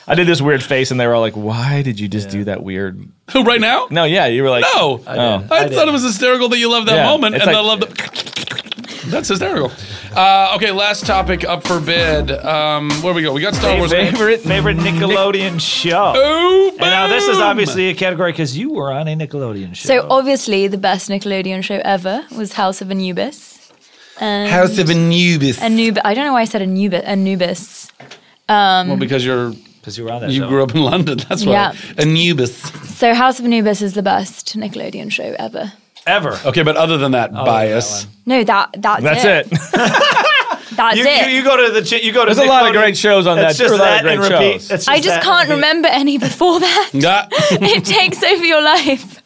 [SPEAKER 7] I did this weird face, and they were all like, "Why did you just do that weird?"
[SPEAKER 4] Who, right now?
[SPEAKER 7] No, yeah, you were like,
[SPEAKER 4] No. I,
[SPEAKER 7] oh.
[SPEAKER 4] thought it was hysterical that you love that
[SPEAKER 7] Yeah,
[SPEAKER 4] moment
[SPEAKER 7] it's
[SPEAKER 4] and I
[SPEAKER 7] like-
[SPEAKER 4] love the. (laughs) That's hysterical. Uh, okay, last topic up for bid. Um, where we go? We got Star Wars.
[SPEAKER 5] favorite favorite Nickelodeon show.
[SPEAKER 4] Boom,
[SPEAKER 5] And now this is
[SPEAKER 4] boom.
[SPEAKER 5] obviously a category because you were on a Nickelodeon show.
[SPEAKER 6] So obviously, the best Nickelodeon show ever was House of Anubis. And
[SPEAKER 4] House of Anubis.
[SPEAKER 6] Anubis. I don't know why I said Anubis. Anubis.
[SPEAKER 4] well, because you're
[SPEAKER 5] because you were on that
[SPEAKER 4] you
[SPEAKER 5] show.
[SPEAKER 4] grew up in London. (laughs) That's why
[SPEAKER 6] Yeah.
[SPEAKER 4] Anubis.
[SPEAKER 6] So House of Anubis is the best Nickelodeon show ever.
[SPEAKER 5] ever.
[SPEAKER 4] Okay, but other than that, bias.
[SPEAKER 6] No, that that's,
[SPEAKER 7] That's it.
[SPEAKER 6] That's
[SPEAKER 5] you,
[SPEAKER 6] it.
[SPEAKER 5] You, you go to the ch- you go to.
[SPEAKER 7] There's a lot of great shows on
[SPEAKER 5] It's
[SPEAKER 7] that-
[SPEAKER 5] just
[SPEAKER 7] or a lot of
[SPEAKER 5] that and
[SPEAKER 7] great
[SPEAKER 5] repeat.
[SPEAKER 7] shows.
[SPEAKER 5] It's
[SPEAKER 6] I just
[SPEAKER 5] that
[SPEAKER 6] can't
[SPEAKER 5] and repeat.
[SPEAKER 6] remember any before that.
[SPEAKER 4] Nah.
[SPEAKER 6] it takes over your life.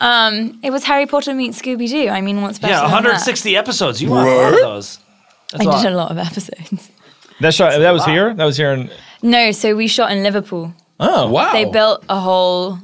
[SPEAKER 6] Um, it was Harry Potter meets Scooby Doo. I mean, what's better?
[SPEAKER 5] Yeah,
[SPEAKER 6] than that?
[SPEAKER 5] 160 episodes. You want all of those? That's
[SPEAKER 6] I
[SPEAKER 5] a
[SPEAKER 6] did a
[SPEAKER 5] lot.
[SPEAKER 6] lot of episodes.
[SPEAKER 7] (laughs) That shot. That was here. That was here in.
[SPEAKER 6] No, so we shot in Liverpool.
[SPEAKER 7] Oh
[SPEAKER 4] Wow.
[SPEAKER 6] They built a whole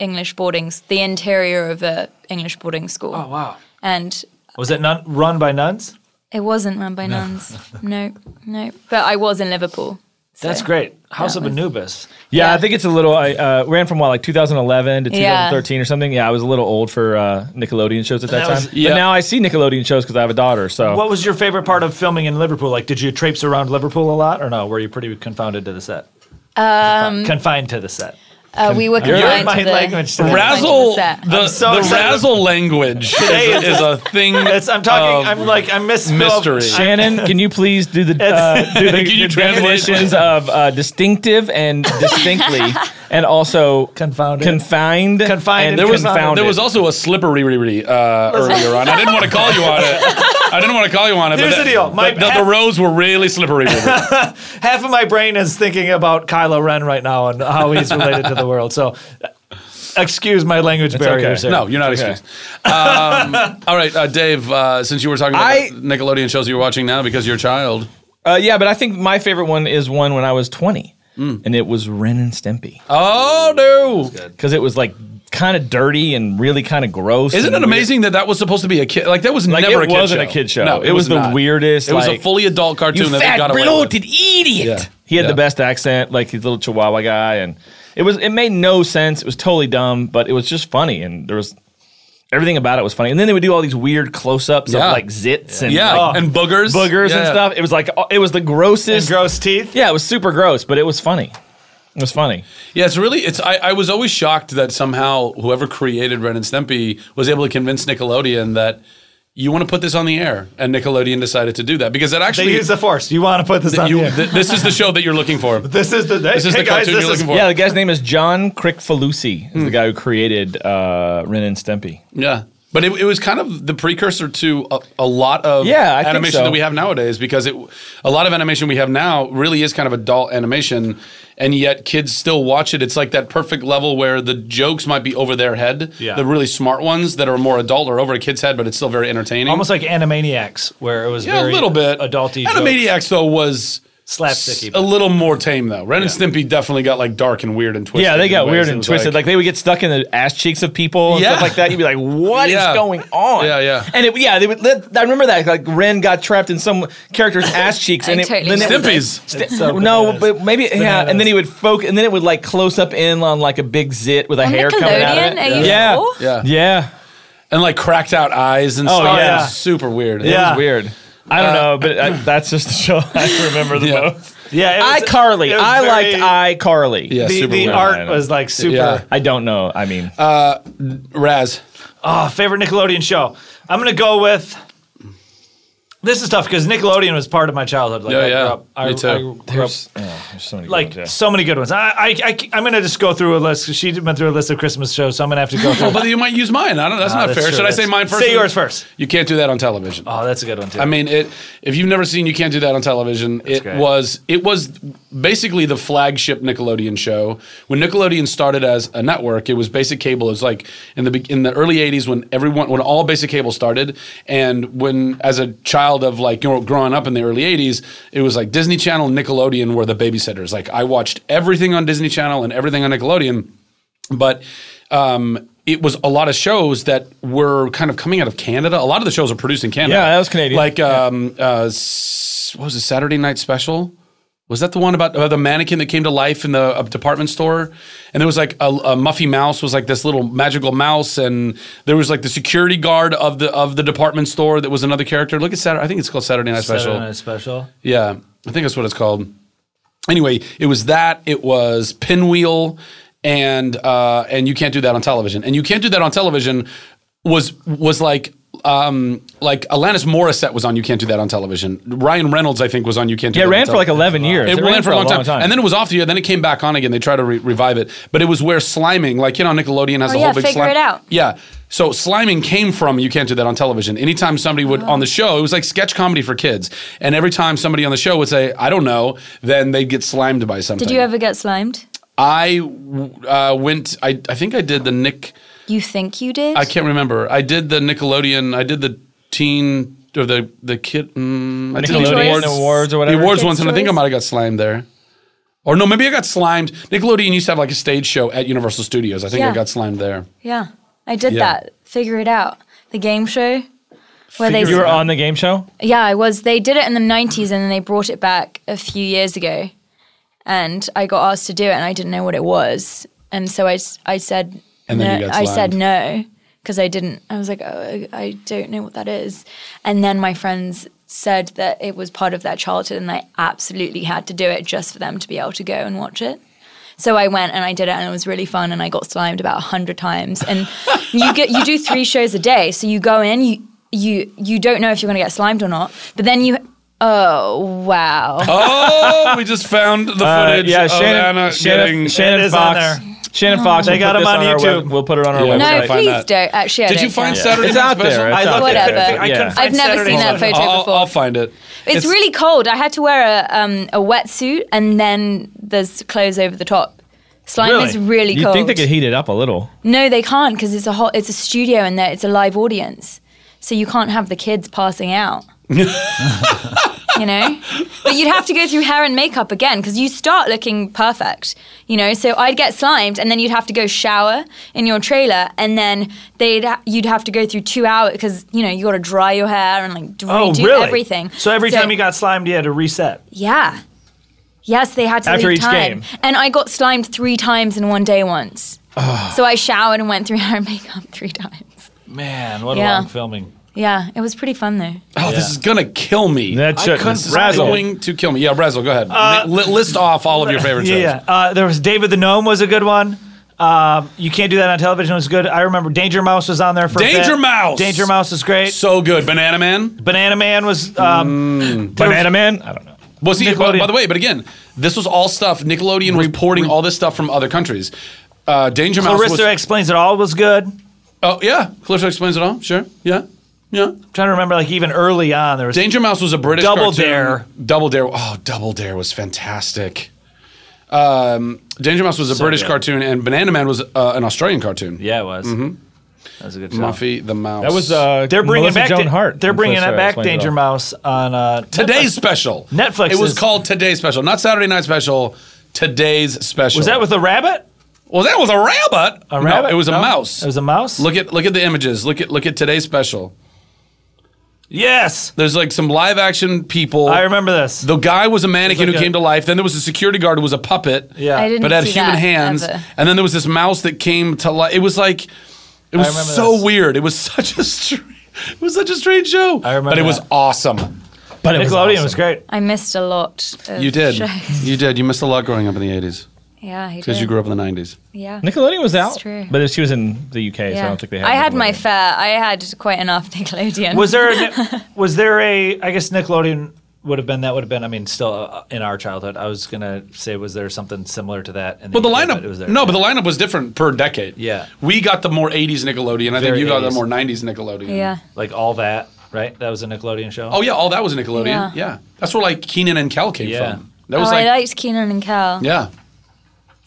[SPEAKER 6] English boarding, s- the interior of a English boarding school,
[SPEAKER 5] Oh wow.
[SPEAKER 6] and
[SPEAKER 5] Was it nun- run by nuns?
[SPEAKER 6] it wasn't run by nuns. No, no. But I was in Liverpool. so-
[SPEAKER 5] That's great. House
[SPEAKER 6] that
[SPEAKER 5] of
[SPEAKER 6] was-
[SPEAKER 5] Anubis.
[SPEAKER 7] Yeah,
[SPEAKER 6] Yeah.
[SPEAKER 7] I think it's a little. I uh, ran from what like 2011 to
[SPEAKER 6] Yeah.
[SPEAKER 7] 2013 or something. Yeah, I was a little old for uh, Nickelodeon shows at that,
[SPEAKER 5] That was-
[SPEAKER 7] time.
[SPEAKER 4] Yeah.
[SPEAKER 7] But now I see Nickelodeon shows because I have a daughter. So
[SPEAKER 5] What was your favorite part of filming in Liverpool? Like, did you traipse around Liverpool a lot, or no? Were you pretty confounded to the set? Um, confined to the set.
[SPEAKER 6] Uh, we were confined
[SPEAKER 5] my
[SPEAKER 6] to the,
[SPEAKER 5] language
[SPEAKER 6] we were confined
[SPEAKER 5] today.
[SPEAKER 4] (laughs)
[SPEAKER 6] to the
[SPEAKER 4] Razzle,
[SPEAKER 6] set.
[SPEAKER 4] the,
[SPEAKER 5] so
[SPEAKER 4] the
[SPEAKER 5] excited.
[SPEAKER 4] razzle language
[SPEAKER 5] Today
[SPEAKER 4] is,
[SPEAKER 5] is-
[SPEAKER 4] is
[SPEAKER 5] (laughs)
[SPEAKER 4] a thing.
[SPEAKER 5] It's, I'm talking.
[SPEAKER 4] of
[SPEAKER 5] I'm like. I miss
[SPEAKER 4] mystery.
[SPEAKER 7] Shannon, can you please do the uh, do the,
[SPEAKER 4] (laughs) Can you
[SPEAKER 7] the
[SPEAKER 4] translate it?
[SPEAKER 7] translations of uh, distinctive and distinctly, and also
[SPEAKER 5] Confounded.
[SPEAKER 7] confined,
[SPEAKER 5] Confined
[SPEAKER 7] and
[SPEAKER 5] and
[SPEAKER 4] there was
[SPEAKER 7] confounded.
[SPEAKER 4] there was also a slippery uh, earlier on. I didn't want to call you on
[SPEAKER 5] (laughs)
[SPEAKER 4] it. I didn't want to call you on it.
[SPEAKER 5] Here's
[SPEAKER 4] but
[SPEAKER 5] the deal. My
[SPEAKER 4] but the, the
[SPEAKER 5] half-
[SPEAKER 4] roads were really slippery.
[SPEAKER 5] (laughs) half of my brain is thinking about Kylo Ren right now and how (laughs) he's related to the world. So, excuse my language barriers.
[SPEAKER 7] okay.
[SPEAKER 5] here.
[SPEAKER 4] No, you're not excused. Um, (laughs) all right, uh, Dave. Uh, since you were talking about
[SPEAKER 7] I-
[SPEAKER 4] the Nickelodeon shows you're watching now because you're a child.
[SPEAKER 7] uh, yeah, but I think my favorite one is one when I was 20, and it was Ren and Stimpy
[SPEAKER 4] Mm. Oh no!
[SPEAKER 7] because it was like kind of dirty and really kind of gross.
[SPEAKER 4] Isn't
[SPEAKER 7] and
[SPEAKER 4] it
[SPEAKER 7] weird.
[SPEAKER 4] amazing that that was supposed to be a kid? Like that was
[SPEAKER 7] Like
[SPEAKER 4] never
[SPEAKER 7] it
[SPEAKER 4] a kid
[SPEAKER 7] wasn't
[SPEAKER 4] show.
[SPEAKER 7] a kid show.
[SPEAKER 4] No,
[SPEAKER 7] it, was, the
[SPEAKER 4] not.
[SPEAKER 7] weirdest.
[SPEAKER 4] It was a
[SPEAKER 7] like,
[SPEAKER 4] fully adult cartoon that they got away with.
[SPEAKER 7] idiot.
[SPEAKER 4] Yeah.
[SPEAKER 7] He had
[SPEAKER 4] Yeah.
[SPEAKER 7] the best accent, like his little Chihuahua guy, and it was it made no sense. It was totally dumb, but it was just funny, and there was everything about it was funny. And then they would do all these weird close-ups
[SPEAKER 4] Yeah.
[SPEAKER 7] of like zits and
[SPEAKER 4] Yeah,
[SPEAKER 7] like,
[SPEAKER 4] and boogers,
[SPEAKER 7] Oh. boogers
[SPEAKER 4] Yeah.
[SPEAKER 7] and stuff. It was like it was the grossest.
[SPEAKER 5] And gross teeth.
[SPEAKER 7] yeah, it was super gross, but it was funny. It was funny.
[SPEAKER 4] Yeah, it's really. It's I, I was always shocked that somehow whoever created Ren and Stimpy was able to convince Nickelodeon that you want to put this on the air, and Nickelodeon decided to do that because that
[SPEAKER 5] They
[SPEAKER 4] actually
[SPEAKER 5] use the force. You want to put this
[SPEAKER 4] that
[SPEAKER 5] on
[SPEAKER 4] you-
[SPEAKER 5] the air.
[SPEAKER 4] th- this is the show that you're looking
[SPEAKER 7] (laughs)
[SPEAKER 4] for.
[SPEAKER 5] This is the
[SPEAKER 4] This is
[SPEAKER 5] hey
[SPEAKER 4] the
[SPEAKER 5] guys,
[SPEAKER 4] cartoon
[SPEAKER 5] this
[SPEAKER 4] you're
[SPEAKER 5] is-
[SPEAKER 4] looking for.
[SPEAKER 7] Yeah, the guy's name is John Crickfalusi. Is the guy who created uh, Ren and Stimpy.
[SPEAKER 4] Yeah. But it, it was kind of the precursor to a, a lot of
[SPEAKER 7] Yeah, I think
[SPEAKER 4] animation
[SPEAKER 7] so.
[SPEAKER 4] that we have nowadays because it, a lot of animation we have now really is kind of adult animation, and yet kids still watch it. It's like that perfect level where the jokes might be over their head.
[SPEAKER 5] Yeah.
[SPEAKER 4] The really smart ones that are more adult are over a kid's head, but it's still very entertaining.
[SPEAKER 5] Almost like Animaniacs, where it was
[SPEAKER 4] yeah, a
[SPEAKER 5] very
[SPEAKER 4] little bit.
[SPEAKER 5] adulty, jokes,
[SPEAKER 4] Animaniacs, though, was.
[SPEAKER 5] slapsticky.
[SPEAKER 4] A little more tame though. Ren and Stimpy definitely got like dark and weird and twisted.
[SPEAKER 7] Yeah, they
[SPEAKER 4] in
[SPEAKER 7] got
[SPEAKER 4] ways.
[SPEAKER 7] weird
[SPEAKER 4] It
[SPEAKER 7] and
[SPEAKER 4] was
[SPEAKER 7] twisted. Like, they would get stuck in the ass cheeks of people and
[SPEAKER 4] Yeah.
[SPEAKER 7] stuff like that. You'd be like, "What is
[SPEAKER 4] Yeah.
[SPEAKER 7] going on?"
[SPEAKER 4] Yeah, yeah.
[SPEAKER 7] And it, yeah, they would. Let, I remember that. Like Ren got trapped in some
[SPEAKER 6] (laughs)
[SPEAKER 7] character's ass cheeks,
[SPEAKER 6] I
[SPEAKER 7] and it,
[SPEAKER 6] totally
[SPEAKER 7] then it was
[SPEAKER 6] remember
[SPEAKER 7] like- (laughs)
[SPEAKER 4] Stimpy's.
[SPEAKER 7] Sti-
[SPEAKER 5] so
[SPEAKER 7] no,
[SPEAKER 5] bananas.
[SPEAKER 7] but maybe yeah. And then he would focus, and then it would like close up in on like a big zit with a hair coming out of
[SPEAKER 6] Nickelodeon,
[SPEAKER 7] it.
[SPEAKER 6] are you
[SPEAKER 7] yeah.
[SPEAKER 6] sure?
[SPEAKER 4] Yeah.
[SPEAKER 7] yeah,
[SPEAKER 4] and like cracked out eyes and
[SPEAKER 7] Oh,
[SPEAKER 4] stuff.
[SPEAKER 7] yeah.
[SPEAKER 4] It was super weird. Uh,
[SPEAKER 7] It
[SPEAKER 5] Yeah.
[SPEAKER 7] was weird. I don't know, but I, that's just the show I remember the
[SPEAKER 4] (laughs) Yeah.
[SPEAKER 7] most.
[SPEAKER 5] yeah, it
[SPEAKER 7] I
[SPEAKER 5] was-
[SPEAKER 7] Carly,
[SPEAKER 5] it was
[SPEAKER 7] I
[SPEAKER 5] very-
[SPEAKER 7] liked I Carly.
[SPEAKER 4] Yeah,
[SPEAKER 5] The,
[SPEAKER 4] super
[SPEAKER 5] the
[SPEAKER 4] weird.
[SPEAKER 5] art was like super.
[SPEAKER 4] Yeah.
[SPEAKER 7] I don't know. I mean,
[SPEAKER 4] Uh, Raz.
[SPEAKER 5] Oh, favorite Nickelodeon show. I'm gonna go with. This is tough because Nickelodeon was part of my childhood. Like,
[SPEAKER 4] Yeah,
[SPEAKER 5] I
[SPEAKER 4] yeah.
[SPEAKER 5] Grew up, I,
[SPEAKER 4] Me too.
[SPEAKER 5] I grew up-
[SPEAKER 7] there's, oh, there's so many. good
[SPEAKER 5] like
[SPEAKER 7] ones, yeah.
[SPEAKER 5] so many good ones. I, I, I, am gonna just go through a list. 'cause She went through a list of Christmas shows, so I'm gonna have to go
[SPEAKER 4] (laughs)
[SPEAKER 5] through.
[SPEAKER 4] Oh, But you might use mine. I don't. That's
[SPEAKER 5] Ah,
[SPEAKER 4] not
[SPEAKER 5] that's
[SPEAKER 4] fair.
[SPEAKER 5] true,
[SPEAKER 4] Should I
[SPEAKER 5] that's-
[SPEAKER 4] say mine first?
[SPEAKER 5] Say yours first.
[SPEAKER 4] You can't do that on television.
[SPEAKER 5] oh, that's a good one too.
[SPEAKER 4] I mean, it. If you've never seen, you can't do that on television. it
[SPEAKER 5] great.
[SPEAKER 4] was. It was basically the flagship Nickelodeon show. When Nickelodeon started as a network, it was basic cable. It was like in the be- in the early '80s when everyone when all basic cable started, and when as a child of like you know, growing up in the early '80s, it was like Disney Channel, Nickelodeon were the babysitters. Like I watched everything on Disney Channel and everything on Nickelodeon. but um, it was a lot of shows that were kind of coming out of Canada. A lot of the shows are produced in Canada.
[SPEAKER 7] Yeah, that was Canadian.
[SPEAKER 4] Like, um, uh, s- what was it, Saturday Night Special? Was that the one about uh, the mannequin that came to life in the uh, department store? And there was like a, a Muffy Mouse was like this little magical mouse, and there was like the security guard of the of the department store that was another character. Look at Saturday. I think it's called Saturday Night Special.
[SPEAKER 5] Saturday Night Special.
[SPEAKER 4] Yeah, I think that's what it's called. Anyway, it was that. It was Pinwheel, and uh, and you can't do that on television. And you can't do that on television was was like um, like Alanis Morissette was on You Can't Do That on television. Ryan Reynolds, I think, was on You Can't Do
[SPEAKER 7] Yeah, it
[SPEAKER 4] That.
[SPEAKER 7] ran
[SPEAKER 4] on
[SPEAKER 7] for like
[SPEAKER 4] television.
[SPEAKER 7] 11 years.
[SPEAKER 4] It, ran, for a long, time.
[SPEAKER 7] time.
[SPEAKER 4] and then it was off the air. Then it came back on again. They tried to re- revive it, but it was where sliming, like you know, Nickelodeon has
[SPEAKER 6] Oh,
[SPEAKER 4] a
[SPEAKER 6] yeah,
[SPEAKER 4] whole big
[SPEAKER 6] figure
[SPEAKER 4] slime.
[SPEAKER 6] it out.
[SPEAKER 4] Yeah. So sliming came from you can't do that on television. Anytime somebody
[SPEAKER 6] Oh.
[SPEAKER 4] would on the show, it was like sketch comedy for kids. And every time somebody on the show would say, "I don't know," then they'd get slimed by something.
[SPEAKER 6] Did you ever get slimed?
[SPEAKER 4] I uh, went. I I think I did the Nick.
[SPEAKER 6] You think you did?
[SPEAKER 4] I can't remember. I did the Nickelodeon. I did the teen or the the kid. Mm, I did the
[SPEAKER 7] Nickelodeon
[SPEAKER 6] Awards.
[SPEAKER 7] awards or
[SPEAKER 4] the
[SPEAKER 7] whatever.
[SPEAKER 4] awards
[SPEAKER 6] Kids'
[SPEAKER 4] once, and I think I
[SPEAKER 6] Choice.
[SPEAKER 4] might have got slimed there. Or no, maybe I got slimed. Nickelodeon used to have like a stage show at Universal Studios. I think I
[SPEAKER 6] Yeah.
[SPEAKER 4] got slimed there.
[SPEAKER 6] Yeah, I did
[SPEAKER 4] Yeah.
[SPEAKER 6] that. Figure it out. The game show where they
[SPEAKER 7] You were on the game show?
[SPEAKER 6] Yeah, I was. They did it in the 90s and then they brought it back a few years ago. And I got asked to do it and I didn't know what it was. And so I, s- I said,
[SPEAKER 4] And
[SPEAKER 6] no,
[SPEAKER 4] then you got
[SPEAKER 6] I said
[SPEAKER 4] slimed.
[SPEAKER 6] no because I didn't. I was like, oh, I I don't know what that is. And then my friends said that it was part of their childhood and they absolutely had to do it just for them to be able to go and watch it. So I went and I did it, and it was really fun. And I got slimed about hundred times. And you get you do three shows a day, so you go in, you you you don't know if you're going to get slimed or not. But then you, oh wow,
[SPEAKER 4] (laughs) Oh, we just found the
[SPEAKER 7] Uh,
[SPEAKER 4] footage.
[SPEAKER 7] yeah,
[SPEAKER 4] of Anna
[SPEAKER 7] Shannon, Shannon,
[SPEAKER 4] getting-
[SPEAKER 7] Shannon
[SPEAKER 5] is on
[SPEAKER 7] Fox.
[SPEAKER 5] there.
[SPEAKER 7] Shannon Fox. They
[SPEAKER 5] got him on YouTube.
[SPEAKER 7] We'll put it on our
[SPEAKER 4] Yeah. we
[SPEAKER 7] website.
[SPEAKER 6] no,
[SPEAKER 4] gotta find
[SPEAKER 6] please
[SPEAKER 4] that.
[SPEAKER 6] don't. Actually, I
[SPEAKER 4] Did
[SPEAKER 6] don't
[SPEAKER 4] you find
[SPEAKER 6] think-
[SPEAKER 4] Saturday
[SPEAKER 7] It's
[SPEAKER 4] Night
[SPEAKER 7] out there.
[SPEAKER 4] Special?
[SPEAKER 7] It's
[SPEAKER 5] I
[SPEAKER 7] out
[SPEAKER 5] looked
[SPEAKER 7] there.
[SPEAKER 5] at it. I
[SPEAKER 7] Yeah.
[SPEAKER 5] couldn't find
[SPEAKER 6] I've never
[SPEAKER 5] Saturday
[SPEAKER 6] seen
[SPEAKER 5] Night
[SPEAKER 6] that
[SPEAKER 5] Live.
[SPEAKER 6] photo
[SPEAKER 4] I'll,
[SPEAKER 6] before.
[SPEAKER 4] I'll find it.
[SPEAKER 6] It's, really cold. I had to wear a um, a wetsuit and then there's clothes over the top. Slime is really
[SPEAKER 7] You
[SPEAKER 6] cold.
[SPEAKER 7] think they could heat it up a little?
[SPEAKER 6] No, they can't because it's a whole, it's a studio and there it's a live audience, so you can't have the kids passing
[SPEAKER 5] (laughs)
[SPEAKER 6] out. you know, but you'd have to go through hair and makeup again because you start looking perfect. You know, so I'd get slimed and then you'd have to go shower in your trailer and then they'd ha- you'd have to go through two hours because you know you got to dry your hair and like d-
[SPEAKER 5] Oh,
[SPEAKER 6] redo
[SPEAKER 5] really?
[SPEAKER 6] everything.
[SPEAKER 5] So every time you got slimed, you had to reset.
[SPEAKER 6] yeah, yes, they had to
[SPEAKER 7] After
[SPEAKER 6] leave
[SPEAKER 7] each
[SPEAKER 6] time.
[SPEAKER 7] game.
[SPEAKER 6] And I got slimed three times in one day once. So I showered and went through (laughs) hair and makeup three times.
[SPEAKER 5] Man, what
[SPEAKER 6] Yeah.
[SPEAKER 5] a long filming.
[SPEAKER 6] Yeah, it was pretty fun though.
[SPEAKER 4] Oh, this is gonna kill me.
[SPEAKER 7] That
[SPEAKER 5] I
[SPEAKER 7] should
[SPEAKER 5] couldn't
[SPEAKER 7] razzle.
[SPEAKER 5] find Uh,
[SPEAKER 4] going to kill me. Yeah, Razzle, go ahead. Li- list off all of your favorite shows.
[SPEAKER 5] (laughs) Yeah, yeah. Uh, there was David the Gnome was a good one. Um, you can't do that on television was good. I remember Danger Mouse was on there for a bit.
[SPEAKER 4] Danger Mouse!
[SPEAKER 5] Danger Mouse is great.
[SPEAKER 4] So good, Banana Man.
[SPEAKER 5] Banana Man was um,
[SPEAKER 7] Mm. Banana Man? I don't know.
[SPEAKER 4] Well, see, by,
[SPEAKER 5] Nickelodeon.
[SPEAKER 4] by the way, but again, this was all stuff Nickelodeon was porting all this stuff from other countries. Uh, Danger Mouse
[SPEAKER 5] Clarissa
[SPEAKER 4] was.
[SPEAKER 5] explains it all was good. I'm
[SPEAKER 4] oh yeah, Clarissa explains it all. Sure, yeah, yeah.
[SPEAKER 5] trying to remember like even early on there was
[SPEAKER 4] Danger Mouse was a British
[SPEAKER 5] Double
[SPEAKER 4] cartoon.
[SPEAKER 5] Dare.
[SPEAKER 4] Double Dare. Oh, Double Dare was fantastic. Um, Danger Mouse was a British
[SPEAKER 5] good.
[SPEAKER 4] cartoon, and Banana Man was uh, an Australian cartoon.
[SPEAKER 5] yeah it was.
[SPEAKER 7] Mm-hmm.
[SPEAKER 5] That was a good show.
[SPEAKER 4] Muffy the Mouse.
[SPEAKER 7] That was uh,
[SPEAKER 5] They're bringing
[SPEAKER 7] Melissa
[SPEAKER 5] back
[SPEAKER 7] Joan
[SPEAKER 5] Da-
[SPEAKER 7] Hart.
[SPEAKER 5] They're
[SPEAKER 7] I'm so
[SPEAKER 5] bringing
[SPEAKER 7] sorry,
[SPEAKER 5] it
[SPEAKER 7] I
[SPEAKER 5] back
[SPEAKER 7] explained it
[SPEAKER 5] Danger
[SPEAKER 7] all.
[SPEAKER 5] Mouse on uh,
[SPEAKER 4] today's special.
[SPEAKER 5] Netflix
[SPEAKER 4] It was
[SPEAKER 5] is-
[SPEAKER 4] called Today's Special, not Saturday Night Special. Today's Special.
[SPEAKER 5] Was that with a rabbit?
[SPEAKER 4] Well, that was a rabbit.
[SPEAKER 5] A
[SPEAKER 4] No,
[SPEAKER 5] rabbit?
[SPEAKER 4] it was a
[SPEAKER 5] No?
[SPEAKER 4] mouse.
[SPEAKER 5] It was a mouse.
[SPEAKER 4] Look at look at the images. Look at look at today's special.
[SPEAKER 5] yes,
[SPEAKER 4] There's like some live action people.
[SPEAKER 5] I remember this.
[SPEAKER 4] The guy was a mannequin
[SPEAKER 5] like
[SPEAKER 4] who
[SPEAKER 5] a-
[SPEAKER 4] came to life. Then there was a security guard who was a puppet.
[SPEAKER 5] Yeah.
[SPEAKER 6] I didn't
[SPEAKER 4] but had
[SPEAKER 6] see
[SPEAKER 4] human
[SPEAKER 6] that
[SPEAKER 4] hands.
[SPEAKER 6] ever.
[SPEAKER 4] And then there was this mouse that came to life. It was like it
[SPEAKER 5] remember
[SPEAKER 4] was so
[SPEAKER 5] this.
[SPEAKER 4] weird. It was (laughs) such a strange. It was such a strange show.
[SPEAKER 5] I remember
[SPEAKER 4] But it was
[SPEAKER 5] that.
[SPEAKER 4] awesome.
[SPEAKER 7] But it was
[SPEAKER 5] Nickelodeon was
[SPEAKER 7] awesome.
[SPEAKER 5] great.
[SPEAKER 6] I missed a lot. Of
[SPEAKER 4] You did.
[SPEAKER 6] shows. (laughs)
[SPEAKER 4] You did. You missed a lot growing up in the 80s
[SPEAKER 6] Yeah, I did.
[SPEAKER 4] because you grew up in the 90s.
[SPEAKER 6] Yeah.
[SPEAKER 7] Nickelodeon was out,
[SPEAKER 6] true.
[SPEAKER 7] but she was in the UK, so I
[SPEAKER 6] yeah.
[SPEAKER 7] don't think they had.
[SPEAKER 6] I had my
[SPEAKER 7] Nickelodeon.
[SPEAKER 6] fair. I had quite enough (laughs) Nickelodeon.
[SPEAKER 5] Was there? A, was there a? I guess Nickelodeon would have been. That would have been. I mean, still uh, in our childhood. I was gonna say, was there something similar to that? in
[SPEAKER 4] Well, the
[SPEAKER 5] UK,
[SPEAKER 4] lineup.
[SPEAKER 5] but it was there.
[SPEAKER 4] no, but the lineup was different per decade.
[SPEAKER 5] Yeah.
[SPEAKER 4] we got the more '80s Nickelodeon. I think
[SPEAKER 5] Very
[SPEAKER 4] you got the
[SPEAKER 5] 80s.
[SPEAKER 4] more '90s Nickelodeon.
[SPEAKER 6] yeah.
[SPEAKER 5] like all that, right? That was a Nickelodeon show.
[SPEAKER 4] Oh yeah, all that was Nickelodeon. Yeah.
[SPEAKER 6] Yeah.
[SPEAKER 4] That's where like Keenan and Kel came
[SPEAKER 5] Yeah.
[SPEAKER 4] from. That
[SPEAKER 6] Oh,
[SPEAKER 4] was like,
[SPEAKER 6] I liked Keenan and Kel.
[SPEAKER 4] yeah,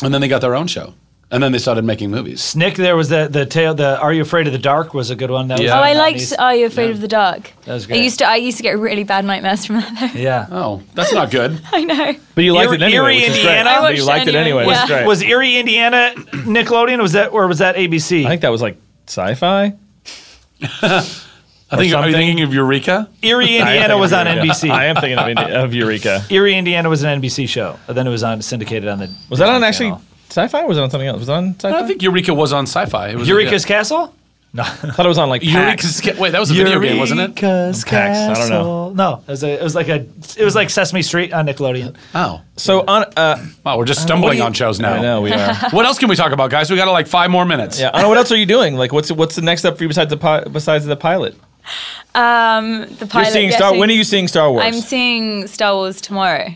[SPEAKER 4] and then they got their own show, and then they started making movies.
[SPEAKER 5] Nick, there was the the tale. The Are You Afraid of the Dark was a good one. That was
[SPEAKER 4] Yeah.
[SPEAKER 6] Oh, I
[SPEAKER 5] in the
[SPEAKER 6] liked
[SPEAKER 5] 90s.
[SPEAKER 6] Are You Afraid of the Dark? That
[SPEAKER 5] was
[SPEAKER 6] I
[SPEAKER 5] great.
[SPEAKER 6] used to. I used to get really bad nightmares from that. (laughs) Though.
[SPEAKER 5] Yeah.
[SPEAKER 4] Oh, that's not
[SPEAKER 7] (laughs)
[SPEAKER 4] good.
[SPEAKER 6] I know.
[SPEAKER 7] But you liked it
[SPEAKER 5] Erie-
[SPEAKER 7] anyway.
[SPEAKER 5] Erie,
[SPEAKER 7] which is great.
[SPEAKER 5] Indiana? I
[SPEAKER 7] But you
[SPEAKER 6] watched
[SPEAKER 7] liked it
[SPEAKER 6] anyway.
[SPEAKER 7] anyway. which is
[SPEAKER 6] Yeah.
[SPEAKER 7] great.
[SPEAKER 5] Was Erie, Indiana Nickelodeon? Was that or was that ABC?
[SPEAKER 7] I think that was like sci-fi.
[SPEAKER 4] I think are you thinking of Eureka?
[SPEAKER 5] Erie,
[SPEAKER 7] I am
[SPEAKER 5] Indiana
[SPEAKER 7] thinking
[SPEAKER 5] was
[SPEAKER 7] of
[SPEAKER 5] on
[SPEAKER 7] Eureka.
[SPEAKER 5] NBC.
[SPEAKER 7] I am thinking of, Indi- of Eureka.
[SPEAKER 5] Erie, Indiana was an NBC show. And then it was on syndicated on the.
[SPEAKER 7] Was that on
[SPEAKER 5] Disney
[SPEAKER 7] actually
[SPEAKER 5] Channel.
[SPEAKER 7] sci-fi? or Was it on something else? Was it on sci-fi?
[SPEAKER 4] I think Eureka was on Sci-Fi. It was
[SPEAKER 5] Eureka's
[SPEAKER 4] yeah.
[SPEAKER 5] Castle?
[SPEAKER 7] I thought it was on like
[SPEAKER 4] (laughs)
[SPEAKER 7] PAX.
[SPEAKER 4] Eureka's. Ca- Wait, that was a video game, wasn't it?
[SPEAKER 5] Eureka's
[SPEAKER 7] Pax, I don't know.
[SPEAKER 5] Castle. No, it was, a, it was like a it was like Sesame Street on Nickelodeon.
[SPEAKER 4] Oh,
[SPEAKER 7] So on. Uh,
[SPEAKER 4] wow, we're just stumbling on shows now.
[SPEAKER 7] I know
[SPEAKER 6] (laughs)
[SPEAKER 7] we are.
[SPEAKER 4] What else can we talk about, guys? We got like five more minutes.
[SPEAKER 7] yeah. I don't know what else are you doing. Like, what's what's the next step for you besides the pi- besides the pilot?
[SPEAKER 6] Um, the
[SPEAKER 7] You're
[SPEAKER 6] pilot.
[SPEAKER 7] seeing
[SPEAKER 6] yes,
[SPEAKER 7] Star.
[SPEAKER 6] so-
[SPEAKER 7] When are you seeing Star Wars?
[SPEAKER 6] I'm seeing Star Wars tomorrow.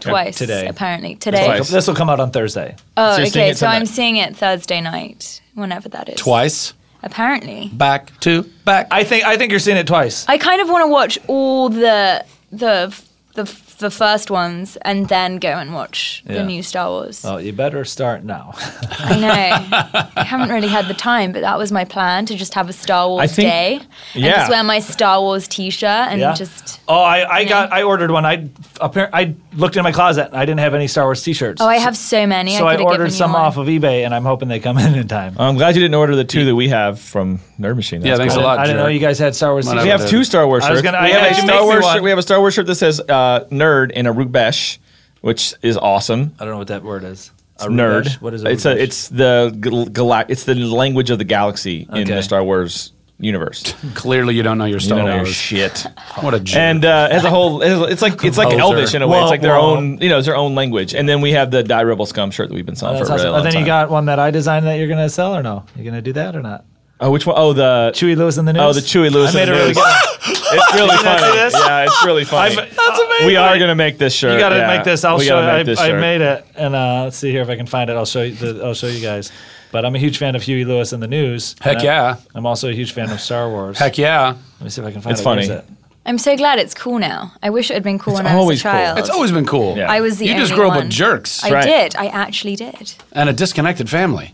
[SPEAKER 6] Twice
[SPEAKER 5] today.
[SPEAKER 6] apparently today.
[SPEAKER 7] Twice.
[SPEAKER 5] This will come out on Thursday.
[SPEAKER 6] Oh,
[SPEAKER 7] So you're seeing
[SPEAKER 6] okay.
[SPEAKER 7] it
[SPEAKER 6] So I'm
[SPEAKER 7] tonight.
[SPEAKER 6] seeing it Thursday night, whenever that is.
[SPEAKER 4] Twice.
[SPEAKER 6] Apparently,
[SPEAKER 4] Back to back.
[SPEAKER 5] I think I think you're seeing it twice.
[SPEAKER 6] I kind of want to watch all the the the the first ones and then go and watch
[SPEAKER 5] Yeah.
[SPEAKER 6] the new Star Wars.
[SPEAKER 5] Oh, you better start now.
[SPEAKER 6] I
[SPEAKER 5] (laughs)
[SPEAKER 6] know. I haven't really had the time, but that was my plan to just have a Star Wars
[SPEAKER 7] think-
[SPEAKER 6] day and
[SPEAKER 7] yeah.
[SPEAKER 6] just wear my Star Wars T-shirt and
[SPEAKER 5] Yeah.
[SPEAKER 6] just.
[SPEAKER 5] Oh, I, I got I ordered one. I appar- I looked in my closet. and I didn't have any Star Wars T-shirts.
[SPEAKER 6] Oh, I have so many.
[SPEAKER 5] so
[SPEAKER 6] could
[SPEAKER 5] I,
[SPEAKER 6] have given
[SPEAKER 5] ordered
[SPEAKER 6] you
[SPEAKER 5] some
[SPEAKER 6] one.
[SPEAKER 5] off of eBay, and I'm hoping they come in in time.
[SPEAKER 7] I'm glad you didn't order the two that we have from Nerd Machine. That's
[SPEAKER 4] Yeah, thanks
[SPEAKER 7] cool.
[SPEAKER 4] a lot.
[SPEAKER 5] I didn't know
[SPEAKER 4] Jared.
[SPEAKER 5] you guys had Star Wars
[SPEAKER 4] Might
[SPEAKER 5] T-shirts.
[SPEAKER 7] We have two Star Wars
[SPEAKER 5] I
[SPEAKER 7] shirts.
[SPEAKER 5] was gonna-
[SPEAKER 7] we
[SPEAKER 5] I-
[SPEAKER 7] have
[SPEAKER 5] I-
[SPEAKER 7] a
[SPEAKER 5] you
[SPEAKER 7] Star
[SPEAKER 5] make me
[SPEAKER 7] Wars
[SPEAKER 5] one.
[SPEAKER 7] shirt. We have a Star Wars shirt that says uh, "Nerd" in a Rubesh, which is awesome.
[SPEAKER 5] I don't know what that word is. A
[SPEAKER 7] nerd.
[SPEAKER 5] rubesh? What is it?
[SPEAKER 7] It's a, it's the gal- galac- It's the language of the galaxy in
[SPEAKER 5] Okay.
[SPEAKER 7] the Star Wars
[SPEAKER 5] (laughs)
[SPEAKER 7] universe.
[SPEAKER 4] Clearly, you don't know your
[SPEAKER 7] You
[SPEAKER 4] Star
[SPEAKER 7] don't know
[SPEAKER 4] Wars.
[SPEAKER 7] shit.
[SPEAKER 4] What a jerk.
[SPEAKER 7] And uh, has a whole. it has- It's like it's like
[SPEAKER 4] Composer.
[SPEAKER 7] Elvish in a way.
[SPEAKER 5] Wah,
[SPEAKER 7] it's like their
[SPEAKER 5] wah.
[SPEAKER 7] own. You know, it's their own language. And then we have the Die Rebel Scum shirt that we've been selling
[SPEAKER 5] That's
[SPEAKER 7] for a really
[SPEAKER 5] awesome.
[SPEAKER 7] long
[SPEAKER 5] And then
[SPEAKER 7] time.
[SPEAKER 5] you got one that I designed that you're gonna sell or no? You're gonna do that or not?
[SPEAKER 7] oh, which one? Oh, the
[SPEAKER 5] Chewy Lewis in the news.
[SPEAKER 7] Oh, the Chewy Lewis.
[SPEAKER 5] I made
[SPEAKER 7] in
[SPEAKER 5] a
[SPEAKER 7] the
[SPEAKER 5] really (laughs)
[SPEAKER 7] news.
[SPEAKER 5] good. one.
[SPEAKER 7] It's really funny.
[SPEAKER 5] this?
[SPEAKER 7] Yeah, it's really funny.
[SPEAKER 5] That's amazing.
[SPEAKER 7] we are gonna make this shirt.
[SPEAKER 5] You gotta
[SPEAKER 7] yeah.
[SPEAKER 5] make this. I'll
[SPEAKER 7] We
[SPEAKER 5] show.
[SPEAKER 7] gotta
[SPEAKER 5] I,
[SPEAKER 7] make this
[SPEAKER 5] I
[SPEAKER 7] shirt.
[SPEAKER 5] made it, and uh, let's see here if I can find it. I'll show you. The, I'll show you guys. But I'm a huge fan of Huey Lewis in the news.
[SPEAKER 4] Heck
[SPEAKER 5] And I-
[SPEAKER 4] yeah.
[SPEAKER 5] I'm also a huge fan of Star Wars.
[SPEAKER 4] Heck yeah.
[SPEAKER 5] Let me see if I can find
[SPEAKER 7] It's
[SPEAKER 5] it.
[SPEAKER 7] funny.
[SPEAKER 5] Where is it?
[SPEAKER 6] I'm so glad it's cool now. I wish it had been cool
[SPEAKER 7] It's
[SPEAKER 6] when I was
[SPEAKER 7] always
[SPEAKER 6] a
[SPEAKER 7] cool.
[SPEAKER 6] child.
[SPEAKER 4] It's always been cool.
[SPEAKER 7] Yeah.
[SPEAKER 6] I was the
[SPEAKER 4] You just
[SPEAKER 6] only
[SPEAKER 4] grew up
[SPEAKER 6] one.
[SPEAKER 4] with jerks.
[SPEAKER 6] I
[SPEAKER 7] Right.
[SPEAKER 6] did. I actually did.
[SPEAKER 4] and a disconnected family.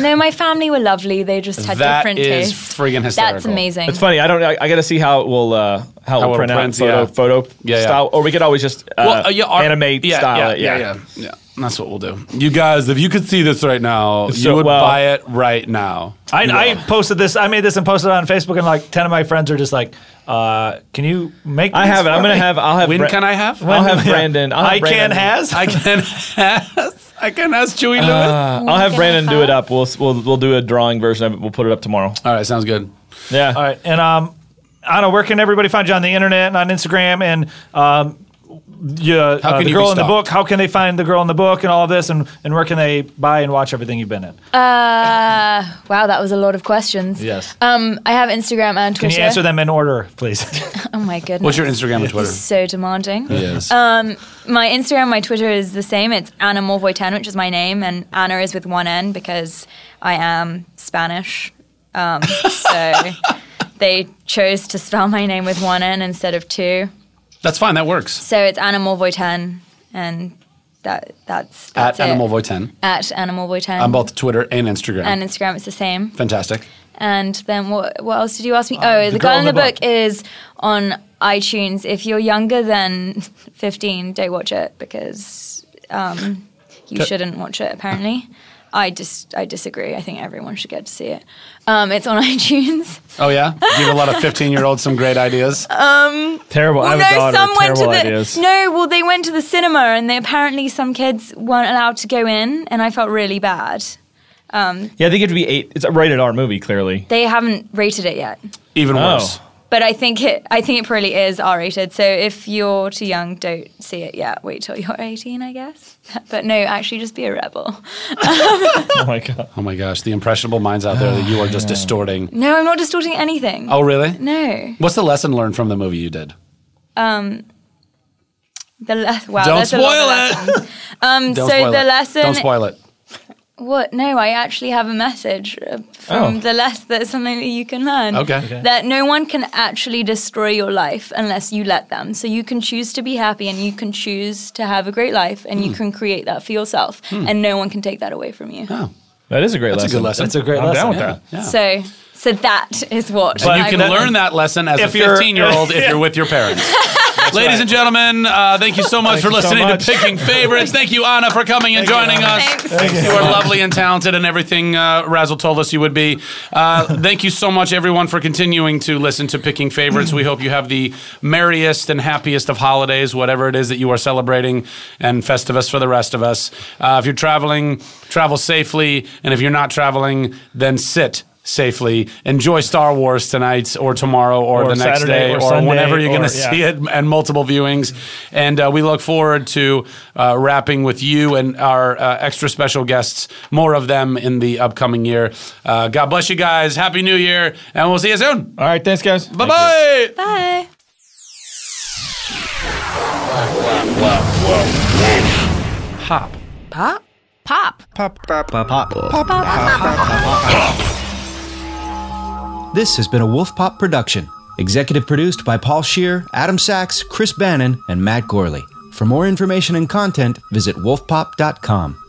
[SPEAKER 6] No, my family were lovely. They just had
[SPEAKER 4] That
[SPEAKER 6] different
[SPEAKER 4] is
[SPEAKER 6] tastes.
[SPEAKER 4] friggin'
[SPEAKER 6] That's
[SPEAKER 4] hysterical.
[SPEAKER 6] amazing.
[SPEAKER 7] It's funny. I don't. I, I got to see how it will. Uh, how, it
[SPEAKER 4] it'll
[SPEAKER 7] will print out
[SPEAKER 4] print,
[SPEAKER 7] photo
[SPEAKER 4] yeah.
[SPEAKER 7] photo
[SPEAKER 4] Yeah, yeah.
[SPEAKER 7] style, or we could always just uh,
[SPEAKER 4] Well, uh, yeah, our-
[SPEAKER 7] animate
[SPEAKER 4] yeah,
[SPEAKER 7] style.
[SPEAKER 4] yeah,
[SPEAKER 7] it, Yeah,
[SPEAKER 4] yeah, yeah, yeah. That's what we'll do. You guys, if you could see this right now,
[SPEAKER 7] So,
[SPEAKER 4] you would
[SPEAKER 7] well-
[SPEAKER 4] buy it right now.
[SPEAKER 5] I, I posted this. I made this and posted it on Facebook, and like ten of my friends are just like, uh, "Can you make?"
[SPEAKER 7] I
[SPEAKER 5] these
[SPEAKER 7] have it. I'm
[SPEAKER 5] for
[SPEAKER 7] gonna
[SPEAKER 5] me?"
[SPEAKER 7] have. I'll have.
[SPEAKER 4] When
[SPEAKER 7] Bra-
[SPEAKER 4] can I have? Um,
[SPEAKER 7] I'll
[SPEAKER 5] (laughs)
[SPEAKER 7] have Brandon. I'll have
[SPEAKER 5] I can
[SPEAKER 7] Brandon-
[SPEAKER 4] (laughs)
[SPEAKER 5] has.
[SPEAKER 4] I can ask. I can ask Chewy Lewis.
[SPEAKER 6] Oh
[SPEAKER 7] Uh, I'll have
[SPEAKER 6] can I
[SPEAKER 7] Brandon do
[SPEAKER 6] have-
[SPEAKER 7] it up. We'll, s- we'll we'll do a drawing version of it. We'll put it up tomorrow.
[SPEAKER 4] All right, sounds good.
[SPEAKER 7] Yeah.
[SPEAKER 5] All right, and um, Anna, where can everybody find you on the internet and on Instagram and um, yeah,
[SPEAKER 4] How can
[SPEAKER 5] uh, the
[SPEAKER 4] you be
[SPEAKER 5] girl in the book?
[SPEAKER 4] stalked?
[SPEAKER 5] How can they find the girl in the book and all of this, and and where can they buy and watch everything you've been in?
[SPEAKER 6] Uh, wow, that was a lot of questions.
[SPEAKER 5] Yes.
[SPEAKER 6] Um, I have Instagram and
[SPEAKER 5] can
[SPEAKER 6] Twitter.
[SPEAKER 5] you answer them in order, please?
[SPEAKER 6] Oh my goodness.
[SPEAKER 4] What's your Instagram and
[SPEAKER 6] (laughs)
[SPEAKER 4] Twitter? Uh,
[SPEAKER 6] so demanding.
[SPEAKER 4] Yes.
[SPEAKER 6] Um, my Instagram, my Twitter is the same. It's Anna Morvoy Ten, which is my name, and Anna is with one N because I am Spanish. Um, so they chose to spell my name with one N instead of two.
[SPEAKER 4] That's fine. That works.
[SPEAKER 6] So it's Anna Morvoy Ten, and that that's,
[SPEAKER 4] At
[SPEAKER 6] that's it.
[SPEAKER 4] Animal Boy 10
[SPEAKER 6] at Animal Boy Ten
[SPEAKER 4] on both Twitter and Instagram.
[SPEAKER 6] and Instagram. It's the same.
[SPEAKER 4] Fantastic.
[SPEAKER 6] And then what? What else did you ask me?
[SPEAKER 7] Um,
[SPEAKER 6] oh, the, girl in the, book. is on iTunes. If you're younger than (laughs) 15, don't watch it because um, you shouldn't watch it. Apparently, I just I disagree. I think everyone should get to see it. Um, it's on (laughs) iTunes.
[SPEAKER 4] Oh yeah, give a lot of fifteen-year-olds some great ideas.
[SPEAKER 7] Terrible. I have a daughter.
[SPEAKER 6] went to
[SPEAKER 7] Terrible
[SPEAKER 6] the
[SPEAKER 7] ideas.
[SPEAKER 6] no. Well, they went to the cinema, and they apparently some kids weren't allowed to go in, and I felt really bad.
[SPEAKER 7] Yeah, I think it'd be eight. It's a rated R movie. Clearly. (laughs)
[SPEAKER 6] They haven't rated it yet.
[SPEAKER 4] Even
[SPEAKER 7] Oh.
[SPEAKER 4] worse.
[SPEAKER 6] but I think it I think it probably is R rated. So if you're too young, don't see it yet. Wait till you're 18, I guess. (laughs) But no, actually, just be a rebel.
[SPEAKER 7] Oh my god.
[SPEAKER 4] Oh my gosh, the impressionable minds out there that you are just distorting.
[SPEAKER 6] No, I'm not distorting anything.
[SPEAKER 4] Oh really?
[SPEAKER 6] No,
[SPEAKER 4] What's the lesson learned from the movie you did?
[SPEAKER 6] the le- wow.
[SPEAKER 4] Don't
[SPEAKER 6] that's a lot of
[SPEAKER 4] spoil
[SPEAKER 6] lessons.
[SPEAKER 4] (laughs) it.
[SPEAKER 6] Um,
[SPEAKER 4] Don't
[SPEAKER 6] so
[SPEAKER 4] spoil
[SPEAKER 6] the
[SPEAKER 4] it.
[SPEAKER 6] lesson.
[SPEAKER 4] Don't spoil it.
[SPEAKER 6] What? No, I actually have a message uh, from
[SPEAKER 7] Oh.
[SPEAKER 6] the lesson. That's something that you can learn.
[SPEAKER 4] Okay. Okay.
[SPEAKER 6] That no one can actually destroy your life unless you let them. So you can choose to be happy, and you can choose to have a great life, and
[SPEAKER 4] Hmm.
[SPEAKER 6] you can create that for yourself, and no one can take that away from you.
[SPEAKER 4] Oh,
[SPEAKER 7] That is a great
[SPEAKER 4] that's a
[SPEAKER 7] lesson.
[SPEAKER 4] good lesson.
[SPEAKER 5] That's a great
[SPEAKER 7] I'm
[SPEAKER 5] lesson.
[SPEAKER 7] down with
[SPEAKER 4] Yeah,
[SPEAKER 7] that.
[SPEAKER 4] yeah.
[SPEAKER 6] So, so that is what.
[SPEAKER 4] But
[SPEAKER 6] I
[SPEAKER 4] you can
[SPEAKER 6] would-
[SPEAKER 4] learn that lesson as a
[SPEAKER 5] If you're-
[SPEAKER 4] 15 year old if you're with your (laughs) parents. Ladies and gentlemen, uh, thank you so much for
[SPEAKER 7] you so
[SPEAKER 4] listening
[SPEAKER 7] much.
[SPEAKER 4] to Picking Favorites. Thank you, Anna, for coming and joining us.
[SPEAKER 6] Thanks. Thank
[SPEAKER 4] you. are lovely and talented and everything uh, Razzle told us you would be. Uh, thank you so much, everyone, for continuing to listen to Picking Favorites. We hope you have the merriest and happiest of holidays, whatever it is that you are celebrating, and Festivus for the rest of us. Uh, if you're traveling, travel safely. And if you're not traveling, then sit safely. Enjoy Star Wars tonight or tomorrow or,
[SPEAKER 5] Or
[SPEAKER 4] the next
[SPEAKER 5] Saturday
[SPEAKER 4] day
[SPEAKER 5] or
[SPEAKER 4] or
[SPEAKER 5] Sunday
[SPEAKER 4] whenever you're going
[SPEAKER 5] or-
[SPEAKER 4] to
[SPEAKER 5] yeah.
[SPEAKER 4] see it and multiple viewings. And uh, we look forward to uh, wrapping with you and our uh, extra special guests, more of them in the upcoming year. Uh, God bless you guys. Happy New Year. And we'll see you soon.
[SPEAKER 7] All right, thanks, guys.
[SPEAKER 4] Bye bye.
[SPEAKER 6] Bye.
[SPEAKER 9] Pop.
[SPEAKER 10] This has been a Wolf Pop production, executive produced by Paul Shear, Adam Sachs, Chris Bannon, and Matt Gorley. For more information and content, visit wolfpop.com.